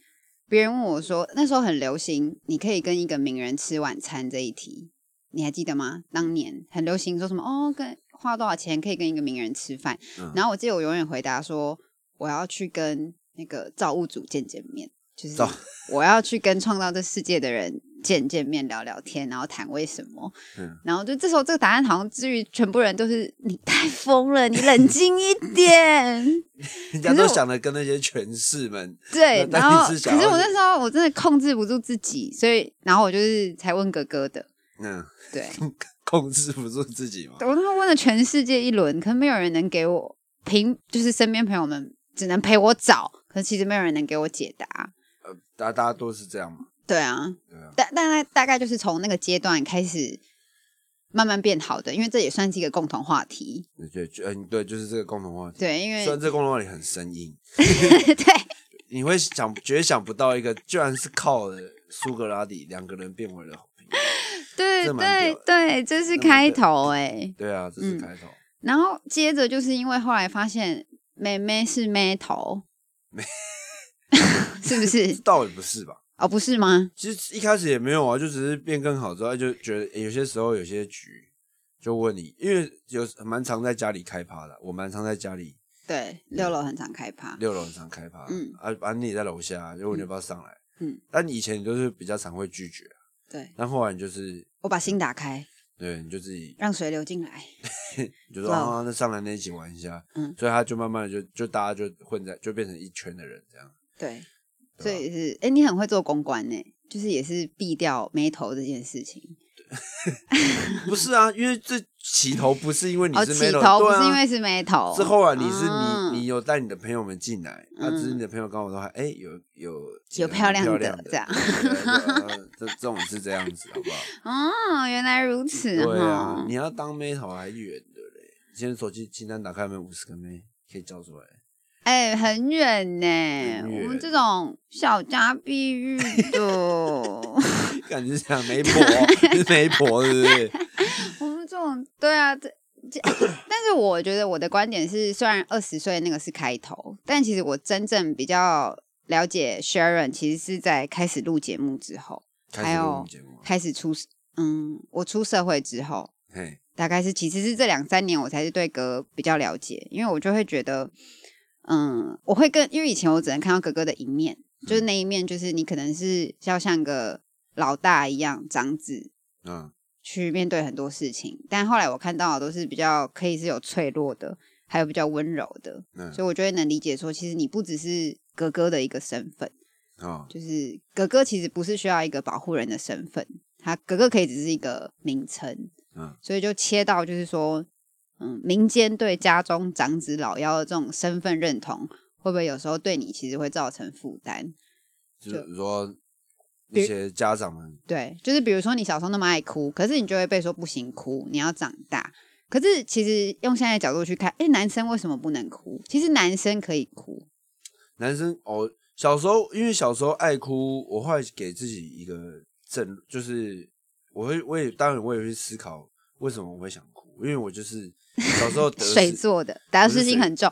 Speaker 2: 别人问我说，那时候很流行，你可以跟一个名人吃晚餐这一题，你还记得吗？当年很流行说什么哦，跟花多少钱可以跟一个名人吃饭。
Speaker 1: 嗯
Speaker 2: 然后我记得我永远回答说，我要去跟那个造物主见见面，就是
Speaker 1: 造
Speaker 2: 我要去跟创造这世界的人见见面，聊聊天，然后谈为什么。
Speaker 1: 嗯，
Speaker 2: 然后就这时候这个答案好像至于全部人都是你太疯了，你冷静一点。
Speaker 1: 人家都
Speaker 2: 可是我
Speaker 1: 想的跟那些权势们，
Speaker 2: 对，[laughs]
Speaker 1: 那
Speaker 2: 然后
Speaker 1: 你
Speaker 2: 可
Speaker 1: 是
Speaker 2: 是
Speaker 1: 想要
Speaker 2: 我那时候我真的控制不住自己，所以然后我就是才问哥哥的，
Speaker 1: 嗯，
Speaker 2: 对
Speaker 1: 控制不住自己嘛。
Speaker 2: 我他妈问了全世界一轮，可是没有人能给我平，就是身边朋友们只能陪我找，可是其实没有人能给我解答。
Speaker 1: 呃，大家大家都是这样嘛，
Speaker 2: 对啊，
Speaker 1: 对啊，
Speaker 2: 大大概大概就是从那个阶段开始慢慢变好的，因为这也算是一个共同话题。
Speaker 1: 对对，就嗯对，就是这个共同话题。
Speaker 2: 对，因为 [laughs]
Speaker 1: 虽然这个共同话题很生硬，
Speaker 2: 对。
Speaker 1: 你会想绝想不到一个居然是靠了苏格拉底两个人变为了好朋友。
Speaker 2: 对
Speaker 1: 这蛮
Speaker 2: 对
Speaker 1: 屌的
Speaker 2: 对，这是
Speaker 1: 这蛮
Speaker 2: 开
Speaker 1: 屌的
Speaker 2: 头哎、
Speaker 1: 对啊，这是
Speaker 2: 嗯
Speaker 1: 开头。
Speaker 2: 然后接着就是因为后来发现妹妹是妹头， [laughs] [laughs] 是不是？
Speaker 1: 倒也不是吧？
Speaker 2: 哦，不是吗？
Speaker 1: 其实一开始也没有啊，就只是变更好之后，哎就觉得、诶有些时候有些局就问你，因为有蛮常在家里开趴的，我蛮常在家里
Speaker 2: 对，六楼很常开趴。
Speaker 1: 六楼很常开趴，
Speaker 2: 嗯
Speaker 1: 啊，啊你也在楼下，就问你要不要上来，
Speaker 2: 嗯，
Speaker 1: 但以前你都是比较常会拒绝，啊
Speaker 2: 对，
Speaker 1: 但后来你就是
Speaker 2: 我把心打开，
Speaker 1: 对，你就自己
Speaker 2: 让水流进来。
Speaker 1: 你就说
Speaker 2: 哇哦
Speaker 1: 啊，那上来那一起玩一下，
Speaker 2: 嗯
Speaker 1: 所以他就慢慢的就就大家就混在就变成一圈的人这样，
Speaker 2: 对，
Speaker 1: 对啊
Speaker 2: 所以是哎、诶你很会做公关呢、就是也是避掉眉头这件事情。
Speaker 1: 不是啊，因为这起头不是因为你
Speaker 2: 哦，
Speaker 1: 是
Speaker 2: 起
Speaker 1: m e
Speaker 2: 头不
Speaker 1: 对啊
Speaker 2: 是因为是眉头，
Speaker 1: 之后啊，你是
Speaker 2: 嗯
Speaker 1: 你你有带你的朋友们进来，啊，
Speaker 2: 嗯
Speaker 1: 只是你的朋友刚好都还哎有有
Speaker 2: 有漂
Speaker 1: 漂
Speaker 2: 亮的
Speaker 1: 亮的
Speaker 2: 这样
Speaker 1: 对对对这 [laughs] 这种是这样子，好不好？
Speaker 2: 哦，原来如此
Speaker 1: 对啊
Speaker 2: 哈，
Speaker 1: 你要当妹头还远的嘞，你现在手机清单打开有没有五十个妹可以叫出来？ [laughs]
Speaker 2: 哎、很远呢、
Speaker 1: 很
Speaker 2: 我们
Speaker 1: 远
Speaker 2: 这种小家碧玉
Speaker 1: [laughs]
Speaker 2: 的，
Speaker 1: 感觉像媒
Speaker 2: [laughs]
Speaker 1: 婆，是媒婆是不是？
Speaker 2: 我们这种对啊，这
Speaker 1: [coughs]
Speaker 2: 这但是我觉得我的观点是，虽然二十岁那个是开头，但其实我真正比较了解 Sharon，其实是在开始录节目之后，
Speaker 1: 开始录我们节目了，
Speaker 2: 开始出嗯，我出社会之后，
Speaker 1: 嘿，
Speaker 2: 大概是其实是这两三年我才是对哥比较了解，因为我就会觉得，嗯，我会跟因为以前我只能看到哥哥的一面，就是那一面就是你可能是要像个老大一样长子
Speaker 1: 嗯，
Speaker 2: 去面对很多事情，但后来我看到的都是比较可以是有脆弱的，还有比较温柔的，
Speaker 1: 嗯
Speaker 2: 所以我就会能理解说，其实你不只是哥哥的一个身份，
Speaker 1: 哦，
Speaker 2: 就是哥哥其实不是需要一个保护人的身份，他哥哥可以只是一个名称，
Speaker 1: 嗯，
Speaker 2: 所以就切到就是说，嗯，民间对家中长子老幺的这种身份认同，会不会有时候对你其实会造成负担？
Speaker 1: 就是说那些家长们，
Speaker 2: 对，就是比如说你小时候那么爱哭，可是你就会被说不行哭，你要长大。可是其实用现在的角度去看，哎，男生为什么不能哭？其实男生可以哭，
Speaker 1: 男生哦，小时候，因为小时候爱哭，我后来给自己一个正，就是我会，我也当然我也会思考为什么我会想哭，因为我就是小时候得
Speaker 2: 水
Speaker 1: 失
Speaker 2: 做的，达
Speaker 1: 不是
Speaker 2: 斯心
Speaker 1: 水
Speaker 2: 很重。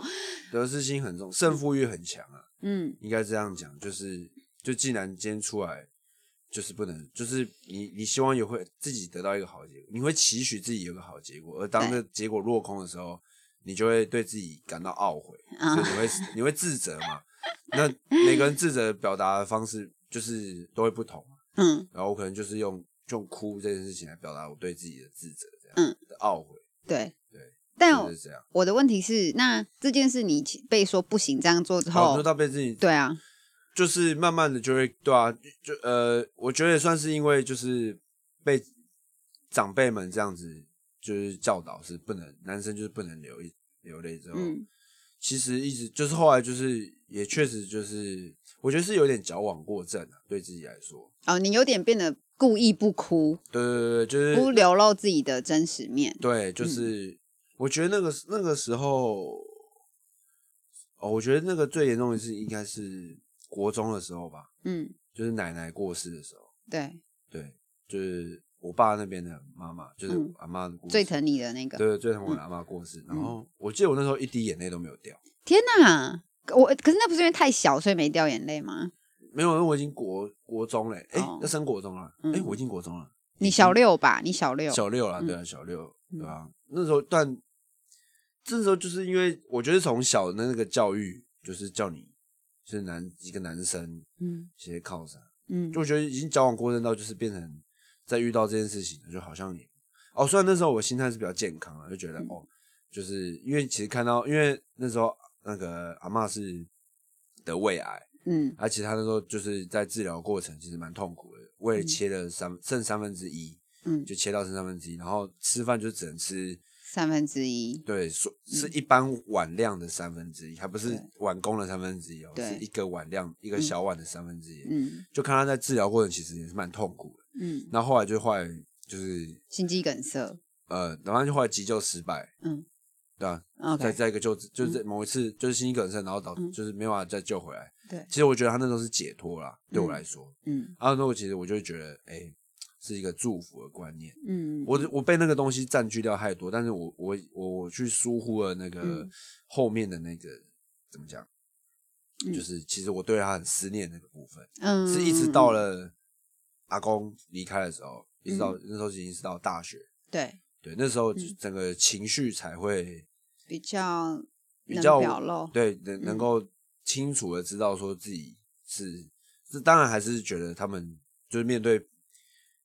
Speaker 1: 得失心很重，胜负欲很强啊。
Speaker 2: 嗯，
Speaker 1: 应该这样讲，就是就既然今天出来，就是不能，就是你你希望也会自己得到一个好结果，你会期许自己有个好结果，而当
Speaker 2: 对
Speaker 1: 这结果落空的时候，你就会对自己感到懊悔，
Speaker 2: 啊
Speaker 1: 所以你会你会自责嘛？那每个人自责表达的方式就是都会不同嘛，
Speaker 2: 嗯，
Speaker 1: 然后我可能就是用用哭这件事情来表达我对自己的自责，这样，
Speaker 2: 嗯，
Speaker 1: 的懊悔，
Speaker 2: 对
Speaker 1: 对。
Speaker 2: 但
Speaker 1: 就是这样。
Speaker 2: 我的问题是，那这件事你被说不行这样做之
Speaker 1: 好，
Speaker 2: 后
Speaker 1: 说，哦到被自己
Speaker 2: 对啊，
Speaker 1: 就是慢慢的就会对啊，就呃，我觉得也算是因为就是被长辈们这样子就是教导是不能男生就是不能流一流泪之后，
Speaker 2: 嗯
Speaker 1: 其实一直就是后来就是也确实就是我觉得是有点矫枉过正啊，对自己来说，
Speaker 2: 哦，你有点变得故意不哭，
Speaker 1: 对对对，对就是
Speaker 2: 不流露自己的真实面。
Speaker 1: 对，就是、我觉得那个那个时候，哦，我觉得那个最严重的是应该是国中的时候吧，
Speaker 2: 嗯，
Speaker 1: 就是奶奶过世的时候。
Speaker 2: 对，
Speaker 1: 对，就是我爸那边的妈妈，就是
Speaker 2: 嗯
Speaker 1: 我阿妈的故事
Speaker 2: 最疼嗯你的那个。
Speaker 1: 对，最疼我的阿妈过世。然后我记得我那时候一滴眼泪都没有掉，
Speaker 2: 天哪！我可是那不是因为太小所以没掉眼泪吗？
Speaker 1: 没有，因为我已经国国中嘞，哎、
Speaker 2: 哦
Speaker 1: 要升国中了，哎、
Speaker 2: 嗯
Speaker 1: 我已经国中了，
Speaker 2: 你小六吧，你小六，
Speaker 1: 小六了，
Speaker 2: 嗯
Speaker 1: 对啊，小六，
Speaker 2: 嗯
Speaker 1: 对啊，那时候但这时候就是因为我觉得从小的那个教育就是叫你。就是男一个男生
Speaker 2: 嗯
Speaker 1: 写靠山，
Speaker 2: 嗯
Speaker 1: 就我觉得已经交往过程到就是变成在遇到这件事情，就好像也哦，虽然那时候我心态是比较健康的，就觉得、
Speaker 2: 嗯
Speaker 1: 哦，就是因为其实看到，因为那时候那个阿嬷是得胃癌，
Speaker 2: 嗯，
Speaker 1: 而且她那时候就是在治疗过程其实蛮痛苦的，胃
Speaker 2: 嗯
Speaker 1: 切了三剩三分之一，
Speaker 2: 嗯
Speaker 1: 就切到剩三分之一，然后吃饭就只能吃
Speaker 2: 三分之一，
Speaker 1: 对，所是
Speaker 2: 嗯
Speaker 1: 一般碗量的三分之一，还不是
Speaker 2: 对
Speaker 1: 碗公的三分之一哦，
Speaker 2: 对
Speaker 1: 是一个碗量一个
Speaker 2: 嗯
Speaker 1: 小碗的三分之一，
Speaker 2: 嗯
Speaker 1: 就看她在治疗过程其实也是蛮痛苦的。
Speaker 2: 嗯，
Speaker 1: 那后来就后来就是
Speaker 2: 心肌梗塞
Speaker 1: 呃，然后就后来急救失败，
Speaker 2: 嗯，
Speaker 1: 对啊，再
Speaker 2: ，OK，
Speaker 1: 再一个救治，就是在某一次就是心肌梗塞，然后导
Speaker 2: 嗯
Speaker 1: 就是没办法再救回来。
Speaker 2: 对
Speaker 1: 其实我觉得他那时候是解脱啦，对我
Speaker 2: 嗯
Speaker 1: 来说，
Speaker 2: 嗯
Speaker 1: 啊，那我其实我就会觉得，哎，是一个祝福的观念。
Speaker 2: 嗯，
Speaker 1: 我我被那个东西占据掉太多，但是我我我我去疏忽了那个
Speaker 2: 嗯
Speaker 1: 后面的那个怎么讲，
Speaker 2: 嗯
Speaker 1: 就是其实我对他很思念那个部分。
Speaker 2: 嗯
Speaker 1: 是一直到
Speaker 2: 嗯嗯
Speaker 1: 了阿公离开的时候，一直到、那时候已经是到大学，
Speaker 2: 对
Speaker 1: 对，那时候
Speaker 2: 嗯
Speaker 1: 整个情绪才会
Speaker 2: 比较
Speaker 1: 比
Speaker 2: 能
Speaker 1: 较
Speaker 2: 表露，
Speaker 1: 对能
Speaker 2: 嗯
Speaker 1: 能够清楚的知道说自己是，这当然还是觉得他们就是面对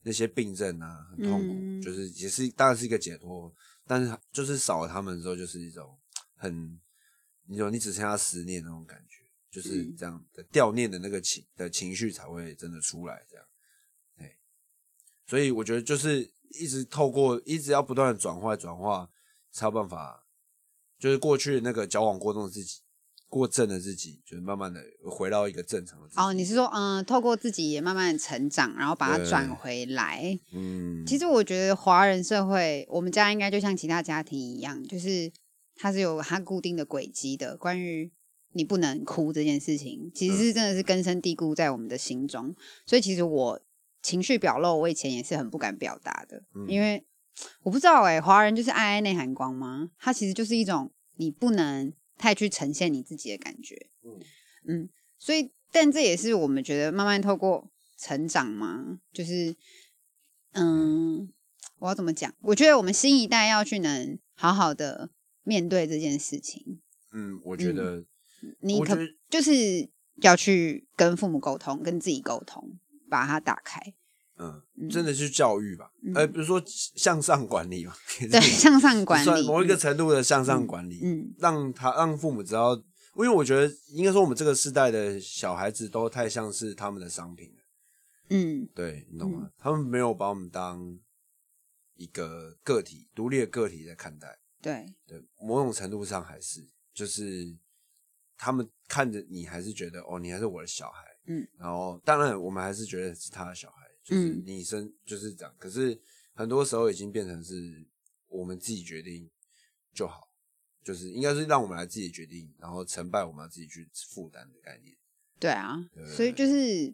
Speaker 1: 那些病症啊，很痛苦，
Speaker 2: 嗯
Speaker 1: 就是也是当然是一个解脱，但是就是少了他们之后，就是一种很你种你只剩下思念那种感觉，就是
Speaker 2: 嗯
Speaker 1: 这样的掉念的那个情的情绪才会真的出来这样。对，所以我觉得就是一直透过一直要不断的转化转化，才有办法，就是过去那个矫枉过正的自己。过正的自己，就是慢慢的回到一个正常的自己。
Speaker 2: 哦，你是说，嗯，透过自己也慢慢地成长，然后把它
Speaker 1: 对
Speaker 2: 转回来。
Speaker 1: 嗯，
Speaker 2: 其实我觉得华人社会，我们家应该就像其他家庭一样，就是它是有它固定的轨迹的。关于你不能哭这件事情，其实是真的是根深蒂固在我们的心中。所以其实我情绪表露，我以前也是很不敢表达的，
Speaker 1: 嗯
Speaker 2: 因为我不知道哎、华人就是爱爱内涵光吗？它其实就是一种你不能太去呈现你自己的感觉。嗯，所以但这也是我们觉得慢慢透过成长嘛，就是嗯，我要怎么讲？我觉得我们新一代要去能好好的面对这件事情，
Speaker 1: 嗯，我觉得，
Speaker 2: 你
Speaker 1: 我觉
Speaker 2: 可
Speaker 1: 得嗯
Speaker 2: 就是要去跟父母沟通，跟自己沟通，把它打开。
Speaker 1: 嗯，
Speaker 2: 嗯
Speaker 1: 真的是教育吧，
Speaker 2: 嗯
Speaker 1: 呃，比如说向上管理吧，可以
Speaker 2: [laughs]
Speaker 1: 这
Speaker 2: 对，
Speaker 1: 么讲
Speaker 2: 向上管
Speaker 1: 算
Speaker 2: 理
Speaker 1: 某一个，程度的向上管理，
Speaker 2: 嗯
Speaker 1: 让他让父母知道，因为我觉得应该说我们这个世代的小孩子都太像是他们的商品了，
Speaker 2: 嗯
Speaker 1: 对你懂吗？他们没有把我们当一个个体独立的个体在看待，
Speaker 2: 对，
Speaker 1: 对，某种程度上还是就是他们看着你，还是觉得哦，你还是我的小孩，
Speaker 2: 嗯，
Speaker 1: 然后当然我们还是觉得是他的小孩，就是
Speaker 2: 嗯
Speaker 1: 你生、就是这样，可是很多时候已经变成是我们自己决定就好，就是应该是让我们来自己决定，然后成败我们要自己去负担的概念，
Speaker 2: 对啊，
Speaker 1: 对
Speaker 2: 所以就是，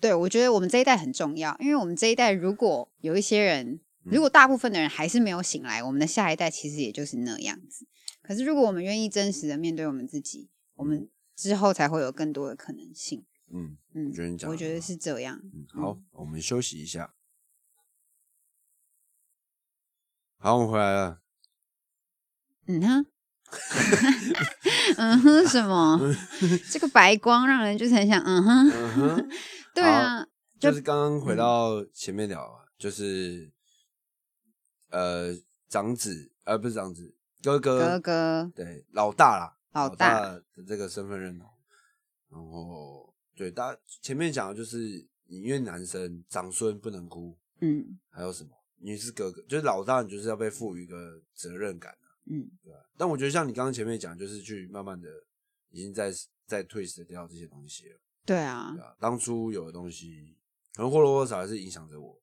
Speaker 2: 对我觉得我们这一代很重要，因为我们这一代如果有一些人，如
Speaker 1: 嗯
Speaker 2: 果大部分的人还是没有醒来，我们的下一代其实也就是那样子。可是如果我们愿意真实的面对我们自己，我们之后才会有更多的可能性。
Speaker 1: 嗯，
Speaker 2: 嗯，
Speaker 1: 我觉得你讲
Speaker 2: 我
Speaker 1: 得
Speaker 2: 觉得
Speaker 1: 很
Speaker 2: 是这样。
Speaker 1: 嗯，好，我们休息一下。好，我们回来了。
Speaker 2: 嗯
Speaker 1: [laughs]
Speaker 2: 哼， [laughs] 嗯哼，什么？这个白光让人就是很想嗯哼，
Speaker 1: 嗯哼，嗯
Speaker 2: 对啊，就
Speaker 1: [laughs] 就是刚刚回到前面聊啊，就是呃，长子呃不是长子，哥哥
Speaker 2: 哥哥
Speaker 1: 对老大啦，
Speaker 2: 老大
Speaker 1: 大的这个身份认同。然后对大家前面讲的就是，你因为男生长孙不能哭，
Speaker 2: 嗯
Speaker 1: 还有什么？你是哥哥，就是老大，你就是要被赋予一个责任感。
Speaker 2: 嗯
Speaker 1: 但我觉得像你刚刚前面讲，就是去慢慢的已经在在退舍掉这些东西了，
Speaker 2: 对啊
Speaker 1: 对，吧、当初有的东西，可能或多或少还是影响着我，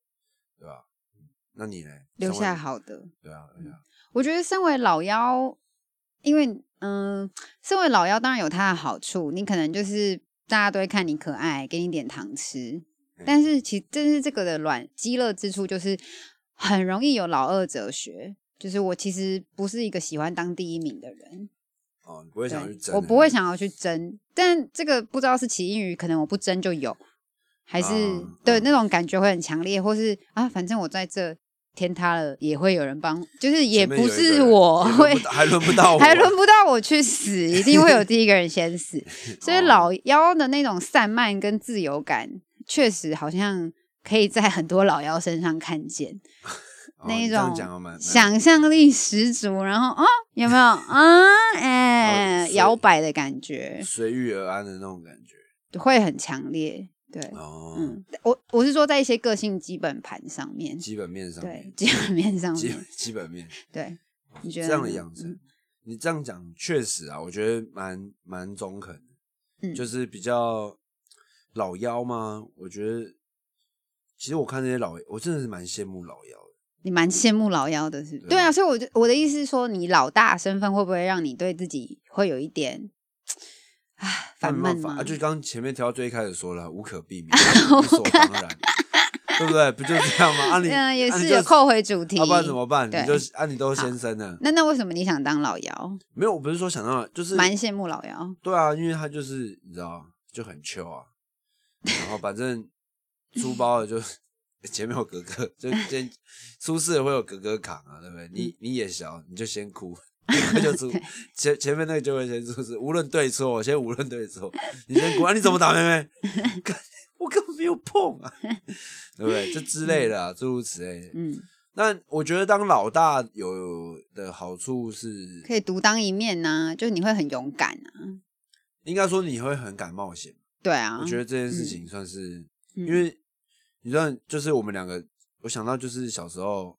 Speaker 1: 对吧、嗯那你呢？
Speaker 2: 留
Speaker 1: 身为
Speaker 2: 下，好的。
Speaker 1: 对啊，对啊，
Speaker 2: 我觉得身为老妖，因为嗯、身为老妖当然有它的好处，你可能就是大家都会看你可爱，给你点糖吃。
Speaker 1: 嗯
Speaker 2: 但是其正是这个的软鸡肋之处，就是很容易有老二哲学。就是我其实不是一个喜欢当第一名的人，
Speaker 1: 哦，你不会想
Speaker 2: 对
Speaker 1: 去争，
Speaker 2: 我不会，想要去争，但这个不知道是起因于可能我不争就有，还是、
Speaker 1: 嗯
Speaker 2: 对、
Speaker 1: 嗯
Speaker 2: 那种感觉会很强烈，或是啊，反正我在这天塌了也会有人帮，就是也
Speaker 1: 前面有
Speaker 2: 不
Speaker 1: 一个人
Speaker 2: 是我
Speaker 1: 也轮
Speaker 2: [laughs]
Speaker 1: 不
Speaker 2: 会。
Speaker 1: 到还轮不到我，
Speaker 2: 还轮不到我去死，一定会有第一个人先
Speaker 1: [laughs]
Speaker 2: 死。所
Speaker 1: 哦
Speaker 2: 以老妖的那种散漫跟自由感，确实好像可以在很多老妖身上看见。
Speaker 1: 哦
Speaker 2: 那
Speaker 1: 你
Speaker 2: 一
Speaker 1: 这样讲哦
Speaker 2: 种
Speaker 1: 蛮
Speaker 2: 想象力十足，然后哦，有没有
Speaker 1: [laughs]
Speaker 2: 啊？哎、
Speaker 1: 哦所以
Speaker 2: 摇摆的感
Speaker 1: 蛮
Speaker 2: 觉
Speaker 1: 随遇而安的那种感觉。
Speaker 2: 会很强烈。对，
Speaker 1: 哦，
Speaker 2: 嗯，我我是说在一些个性基本盘上面，
Speaker 1: 基本面上
Speaker 2: 对
Speaker 1: 面，
Speaker 2: 基本面上
Speaker 1: 基
Speaker 2: 面
Speaker 1: 本，基本面，
Speaker 2: 对，你觉
Speaker 1: 这
Speaker 2: 得
Speaker 1: 样的
Speaker 2: 呢
Speaker 1: 养成
Speaker 2: 嗯，
Speaker 1: 你这样讲确实啊，我觉得蛮蛮中肯的，
Speaker 2: 嗯
Speaker 1: 就是比较老妖嘛。我觉得其实我看那些老，我真的是蛮羡慕老妖的。
Speaker 2: 你蛮羡慕老妖的是不是？
Speaker 1: 对
Speaker 2: 对啊，所以我就我的意思是说，你老大身份会不会让你对自己会有一点，唉，
Speaker 1: 但
Speaker 2: 烦
Speaker 1: 没
Speaker 2: 闷
Speaker 1: 办法
Speaker 2: 吗？
Speaker 1: 啊，就是刚刚前面调到最一开始说了，无可
Speaker 2: [laughs]
Speaker 1: 避免，理所当然，对不对？不就这样吗？
Speaker 2: [laughs]
Speaker 1: 啊你，
Speaker 2: 嗯，也
Speaker 1: 啊
Speaker 2: 是
Speaker 1: 你就
Speaker 2: 有扣回主题。
Speaker 1: 要、不然怎么办？
Speaker 2: 对
Speaker 1: 你就啊，你都先生了，
Speaker 2: 那那为什么你想当老妖？
Speaker 1: 没有，我不是说想到，就是
Speaker 2: 蛮羡慕老妖。
Speaker 1: 对啊，因为他就是你知道就很秋啊，然后反
Speaker 2: [laughs]
Speaker 1: 正出包的就前面有哥哥，
Speaker 2: [laughs]
Speaker 1: 就先出事了会有哥哥扛啊，对不对？
Speaker 2: 嗯
Speaker 1: 你你也小，你就
Speaker 2: [laughs]
Speaker 1: 先哭，哥哥就出前前面那个就会先出事，无论对错，我先无论对错，你先哭啊，你怎么打妹妹？
Speaker 2: [laughs]
Speaker 1: 干我根本没有碰啊，对不对？这之类的、啊，诸如此类的。
Speaker 2: 嗯，
Speaker 1: 那我觉得当老大有的好处是，
Speaker 2: 可以独当一面呐、就你会很勇敢啊。
Speaker 1: 应该说你会很敢冒险。
Speaker 2: 对啊，
Speaker 1: 我觉得这件事
Speaker 2: 嗯
Speaker 1: 情算是，
Speaker 2: 嗯
Speaker 1: 因为你知道，就是我们两个，我想到就是小时候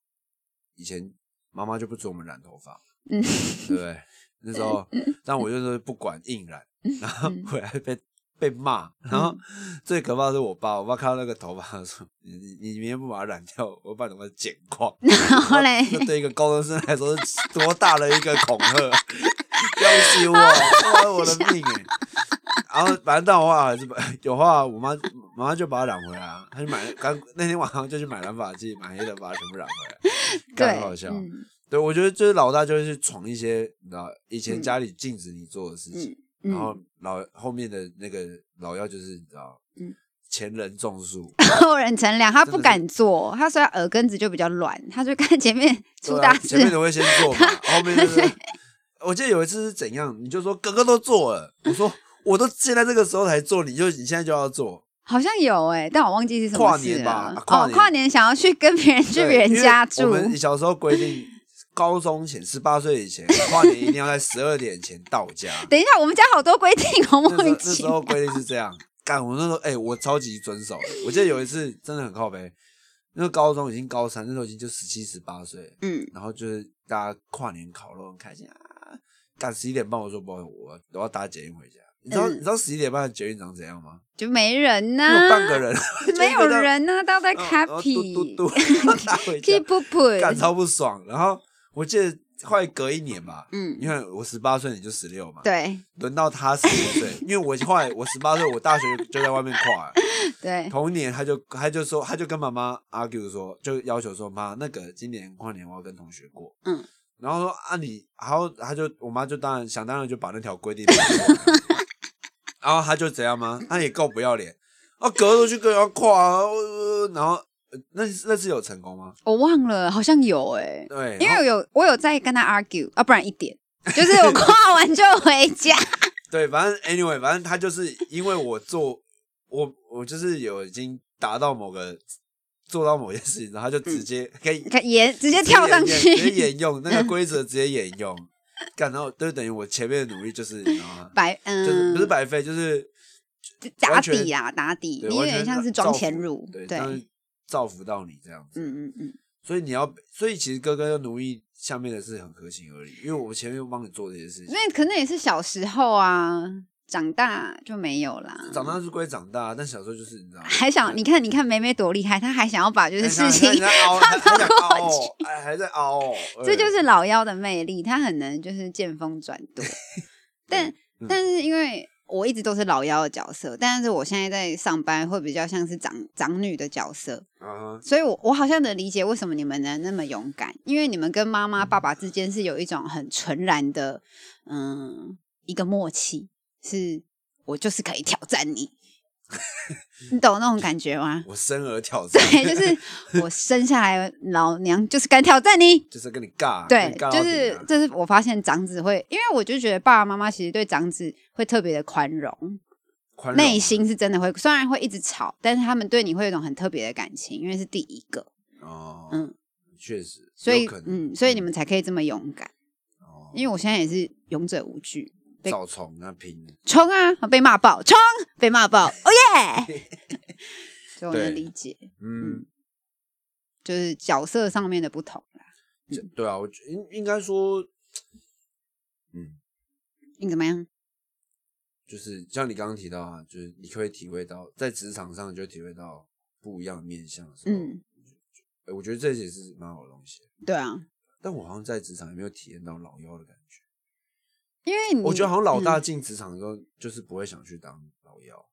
Speaker 1: 以前妈妈就不准我们染头发，
Speaker 2: 嗯
Speaker 1: 对不对？那时
Speaker 2: [laughs]
Speaker 1: 候，但我就是不管硬染，然后
Speaker 2: 嗯
Speaker 1: 回来被被骂，然后最可怕的是我爸，我爸看到那个头发他说：“你你你明天不把它染掉，我把你们剪光。”
Speaker 2: [laughs] 然后嘞，
Speaker 1: 这对一个高中生来说是多大的一个
Speaker 2: [laughs]
Speaker 1: 恐吓！要死我，哇我的命哎、然后反正到后来还是把有话，我妈妈妈就把它染回来啊，她就买了刚那天晚上就去买染发剂，买黑的把它全部染
Speaker 2: [laughs]
Speaker 1: 回来， [laughs] 干
Speaker 2: 对，
Speaker 1: 好笑。
Speaker 2: 嗯
Speaker 1: 对，我觉得就是老大就是去闯一些你知道以前家里禁止你做的事情，然后
Speaker 2: 嗯，
Speaker 1: 老后面的那个老幺就是你知道，
Speaker 2: 嗯
Speaker 1: 前人
Speaker 2: [laughs]
Speaker 1: 种树，
Speaker 2: 后人乘凉，他
Speaker 1: 真
Speaker 2: 不
Speaker 1: 的是
Speaker 2: 敢做，他说他耳根子就比较软，他就看前面出
Speaker 1: 对啊
Speaker 2: 大事
Speaker 1: 前，面的会先做嘛，后面就是。我记得有一次是怎样，你就说哥哥都做了，我说我都现在这个时候才做，你就你现在就要做，
Speaker 2: 好像有哎、但我忘记是什
Speaker 1: 跨
Speaker 2: 么
Speaker 1: 年
Speaker 2: 事
Speaker 1: 吧
Speaker 2: 了
Speaker 1: 啊。跨
Speaker 2: 哦，
Speaker 1: 年
Speaker 2: 跨年想要去跟别人 [laughs] 去
Speaker 1: 对
Speaker 2: 别人家
Speaker 1: 因
Speaker 2: 住
Speaker 1: 为我，们小时候规定，高中前十八岁以前跨年一定要在十二点前到
Speaker 2: [laughs]
Speaker 1: 家。
Speaker 2: 等一下，我们家好多规定哦，
Speaker 1: 那时候
Speaker 2: 忘
Speaker 1: 那
Speaker 2: 记
Speaker 1: 时。候规定是这样，干我那时候哎、我超级遵守的。我记得有一次真的很靠背，那时候高中已经高三，那时候已经就十七十八岁了，
Speaker 2: 嗯，
Speaker 1: 然后就是大家跨年烤肉很开心啊。干十一点半，我说不好意思，我我要搭捷运回家。你知道、
Speaker 2: 嗯
Speaker 1: 你知道十一点半的捷运长怎样吗？
Speaker 2: 就没人
Speaker 1: 因为
Speaker 2: 呐、
Speaker 1: 有半个人， [laughs]
Speaker 2: 没有人呐、大家都在
Speaker 1: 嗯哦然后然后嘟嘟
Speaker 2: [laughs] happy，keep
Speaker 1: 嘟，然后搭回家，
Speaker 2: up，
Speaker 1: 干超不爽。然后我记得后来隔一年吧，
Speaker 2: 嗯，
Speaker 1: 因为我十八岁你就十六嘛，
Speaker 2: 对
Speaker 1: 轮到他十六岁，因为我后来我十八岁，我大学就在外面跨了。 [laughs]
Speaker 2: 对，
Speaker 1: 同一年他就他就说他就跟妈妈 argue 说，就要求说妈那个今年跨年我要跟同学过，
Speaker 2: 嗯，
Speaker 1: 然后说啊你，然后他就我妈就当然想当然就把那条规定拿
Speaker 2: [laughs]
Speaker 1: 过来，然后他就怎样吗？那、也够不要脸，啊隔着去跟人家跨、啊呃然后呃那那次有成功吗？
Speaker 2: 我忘了，好像有哎、
Speaker 1: 对，
Speaker 2: 因
Speaker 1: 然后
Speaker 2: 为有我有在跟他 argue 啊，不然一点，就是
Speaker 1: [laughs]
Speaker 2: 我跨完就回家。 [laughs]
Speaker 1: 对，反正 anyway，反正他就是因为我做我我就是有已经达到某个做到某件事情，然后他就直接可以
Speaker 2: 你看沿直接跳上
Speaker 1: 直接
Speaker 2: 去，
Speaker 1: 沿用那个规则，直接沿用。干，然后就等于我前面的努力就是，你知道吗？
Speaker 2: 白
Speaker 1: 就是
Speaker 2: 嗯，
Speaker 1: 不是白费，就是
Speaker 2: 打
Speaker 1: 完全
Speaker 2: 底啊，打底，
Speaker 1: 对
Speaker 2: 你有
Speaker 1: 完
Speaker 2: 点
Speaker 1: 全
Speaker 2: 像是
Speaker 1: 造
Speaker 2: 装
Speaker 1: 福
Speaker 2: 前乳，
Speaker 1: 对，
Speaker 2: 对，
Speaker 1: 但
Speaker 2: 嗯
Speaker 1: 是造福到你这样子。
Speaker 2: 嗯嗯，
Speaker 1: 所以你要，所以其实哥哥要奴役下面的是很合情合理，因为我前面帮你做这些事情。
Speaker 2: 那可能也是小时候啊，长大就没有啦。
Speaker 1: 长大是归长大，但小时候就是你知道吗，
Speaker 2: 还想你看，你看梅梅多厉害，她还想要把
Speaker 1: 哎
Speaker 2: 就是事情
Speaker 1: 还在凹，还还想
Speaker 2: 过
Speaker 1: 凹哦，哎，还在凹哦，
Speaker 2: [laughs] 这就
Speaker 1: 哎
Speaker 2: 是老妖的魅力，他很能就是见风转舵。但
Speaker 1: 嗯
Speaker 2: 但是因为我一直都是老妖的角色，但是我现在在上班会比较像是长长女的角色，
Speaker 1: 啊哈，
Speaker 2: 所以我我好像能理解为什么你们能那么勇敢，因为你们跟妈妈爸爸之间是有一种很纯然的嗯一个默契，是我就是可以挑战你，你懂那种感觉吗？ [laughs]
Speaker 1: 我生而挑战，
Speaker 2: 对，就是我 [laughs] 生下来，老娘就是敢挑战你。
Speaker 1: 就是跟你尬，
Speaker 2: 对
Speaker 1: 跟你尬，到
Speaker 2: 就
Speaker 1: 底
Speaker 2: 是
Speaker 1: 啊
Speaker 2: 这是我发现长子会，因为我就觉得爸爸妈妈其实对长子会特别的宽容，
Speaker 1: 宽容啊
Speaker 2: 内心是真的会，虽然会一直吵，但是他们对你会有一种很特别的感情，因为是第一个，
Speaker 1: 哦，
Speaker 2: 嗯，
Speaker 1: 确实，
Speaker 2: 所以
Speaker 1: 有可能
Speaker 2: 嗯，所以你们才可以这么勇敢。
Speaker 1: 哦
Speaker 2: 因为我现在也是勇者无惧，被
Speaker 1: 找虫那拼，
Speaker 2: 冲啊，被骂爆，冲，被骂爆，哦
Speaker 1: [laughs]
Speaker 2: 耶！所以我能
Speaker 1: 对
Speaker 2: 理解，
Speaker 1: 嗯，
Speaker 2: 就是角色上面的不同啦。嗯
Speaker 1: 这对啊，我觉应应该说，嗯，
Speaker 2: 你怎么样？
Speaker 1: 就是像你刚刚提到啊，就是你可以体会到在职场上就体会到不一样的面相的时候，
Speaker 2: 嗯，
Speaker 1: 呃我觉得这也是蛮好的东西。
Speaker 2: 对啊，
Speaker 1: 但我好像在职场也没有体验到老妖的感觉，
Speaker 2: 因为你
Speaker 1: 我觉得好像老
Speaker 2: 嗯
Speaker 1: 大进职场的时候，就是不会想去当老妖，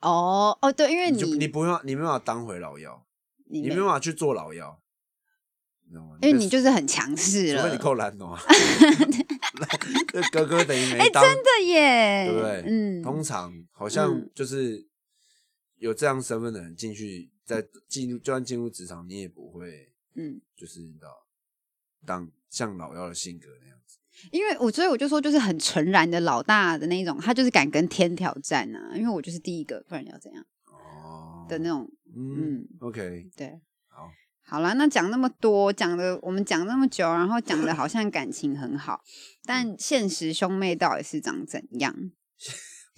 Speaker 2: 哦哦对，因为
Speaker 1: 你就
Speaker 2: 你
Speaker 1: 你不用你没办法当回老妖，
Speaker 2: 你
Speaker 1: 你没
Speaker 2: 没
Speaker 1: 办法去做老妖，你知道吗？
Speaker 2: 因为
Speaker 1: 被
Speaker 2: 你就是很强势
Speaker 1: 除
Speaker 2: 了，
Speaker 1: 非你扣蓝
Speaker 2: [laughs]
Speaker 1: 懂啊，这哥哥等于没当，
Speaker 2: 哎真的耶，
Speaker 1: 对不对？通
Speaker 2: 嗯，
Speaker 1: 常好像
Speaker 2: 嗯
Speaker 1: 就是有这样身份的人进去，在进入就算进入职场，你也不会
Speaker 2: 嗯，
Speaker 1: 就是你知道当像老妖的性格那样子。
Speaker 2: 因为我所以我就说，就是很纯然的老大的那一种，他就是敢跟天挑战啊，因为我就是第一个，不然要怎样
Speaker 1: 哦，
Speaker 2: 的那种，
Speaker 1: 嗯
Speaker 2: 嗯，
Speaker 1: ，OK， [laughs]
Speaker 2: 对。
Speaker 1: 好，
Speaker 2: 好啦，那讲那么多，讲的我们讲那么久，然后讲的好像感情很
Speaker 1: 嗯
Speaker 2: 好，但现实兄妹到底是长怎样？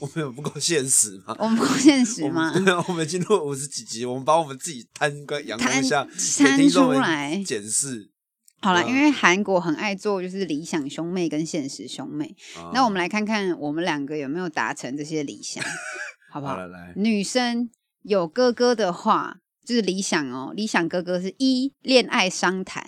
Speaker 1: 我们有不够现实吗？
Speaker 2: 我们够现实
Speaker 1: 我
Speaker 2: 吗？
Speaker 1: 们我们进入五十几集，我们把我们自己摊光阳光
Speaker 2: 摊
Speaker 1: 下，
Speaker 2: 摊
Speaker 1: 给听众
Speaker 2: 出
Speaker 1: 们
Speaker 2: 来
Speaker 1: 检视。
Speaker 2: 好啦，
Speaker 1: 嗯
Speaker 2: 因为韩国很爱做就是理想兄妹跟现实兄妹，那我们
Speaker 1: 来，
Speaker 2: 来看看我们两个有没有达成这些理想，好不
Speaker 1: 好
Speaker 2: 好？
Speaker 1: 了，来，
Speaker 2: 女生有哥哥的话，就是理想哦。理想哥哥是一恋爱商谈，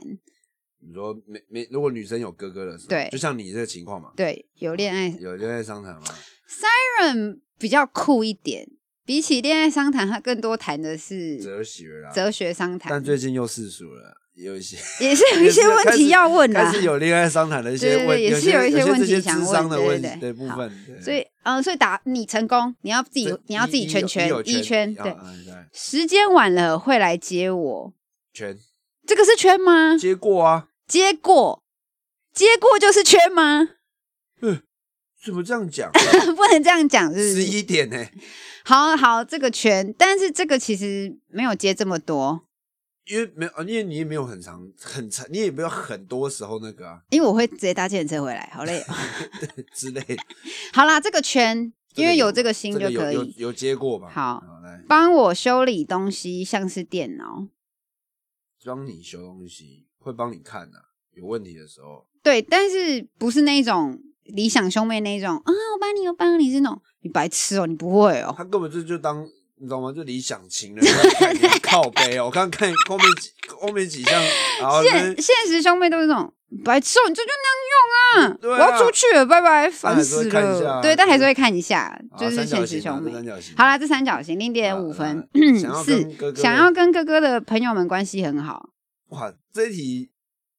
Speaker 1: 你说没没，如果女生有哥哥的时候，
Speaker 2: 对
Speaker 1: 就像你这个情况嘛，
Speaker 2: 对，有恋爱。
Speaker 1: 有恋爱商谈嘛，
Speaker 2: Siren 比较酷一点，比起恋爱商谈，他更多谈的是
Speaker 1: 哲学啦，
Speaker 2: 哲学商谈
Speaker 1: 但，最近又世俗了，也有一些
Speaker 2: 也是有
Speaker 1: [laughs]
Speaker 2: 一些问题要问啊
Speaker 1: 开
Speaker 2: 啦。
Speaker 1: 始有恋爱商谈的一
Speaker 2: 对
Speaker 1: 些
Speaker 2: 对
Speaker 1: 问，
Speaker 2: 对也是有
Speaker 1: 有
Speaker 2: 一些问题
Speaker 1: 这些
Speaker 2: 想
Speaker 1: 智
Speaker 2: 问
Speaker 1: 商的
Speaker 2: 对
Speaker 1: 问
Speaker 2: 对
Speaker 1: 题
Speaker 2: 对
Speaker 1: 对部
Speaker 2: 好
Speaker 1: 分，对
Speaker 2: 所以，嗯、所以打你成功，你要自己
Speaker 1: 这，
Speaker 2: 你要自己
Speaker 1: 一
Speaker 2: 圈
Speaker 1: 一
Speaker 2: 圈
Speaker 1: 有
Speaker 2: 一圈，对，
Speaker 1: 啊对，
Speaker 2: 时间晚了会来接我，
Speaker 1: 圈
Speaker 2: 这个是圈吗？
Speaker 1: 接过啊，
Speaker 2: 接过，接过就是圈吗？ [laughs]
Speaker 1: 呃怎么这样讲？啊
Speaker 2: 不能这样讲， [laughs] 是不
Speaker 1: 十
Speaker 2: 是？
Speaker 1: 一点呢，
Speaker 2: 好好，这个圈，但是这个其实没有接这么多，
Speaker 1: 因为没有，因为你也没有很长很长，你也没有很多时候那个啊
Speaker 2: 因为我会直接搭计程车回来，好累、
Speaker 1: [laughs]
Speaker 2: 哦。
Speaker 1: 之类的，
Speaker 2: 好啦，这个圈，
Speaker 1: 这个
Speaker 2: 因为
Speaker 1: 有
Speaker 2: 有这个心
Speaker 1: 这
Speaker 2: 就
Speaker 1: 个有
Speaker 2: 可
Speaker 1: 有
Speaker 2: 以
Speaker 1: 有接过吧？
Speaker 2: 好
Speaker 1: 来
Speaker 2: 帮我修理东西，像是电脑。
Speaker 1: 帮你修东西，会帮你看的、有问题的时候，
Speaker 2: 对，但是不是那种理想兄妹那种啊，我帮你，我帮你是那种，你白痴哦，你不会哦。
Speaker 1: 他根本就就当你知道吗？就理想
Speaker 2: [laughs]
Speaker 1: 情人感觉靠背哦，我刚刚看后面几后面几项，然后
Speaker 2: 现
Speaker 1: 跟
Speaker 2: 现实兄妹都是那种白痴哦，你这就那样用啊！
Speaker 1: 对啊
Speaker 2: 我要出去了，拜拜，
Speaker 1: 但还
Speaker 2: 烦
Speaker 1: 是会
Speaker 2: 死
Speaker 1: 看一下啊
Speaker 2: 了。对，但还是会看一下，就是现实兄妹。
Speaker 1: 三角形啊，啊
Speaker 2: 好啦，这三角形零点五分， [clears throat]
Speaker 1: 四
Speaker 2: 四，想要跟哥哥的朋友们关系很好，
Speaker 1: 哇，这一题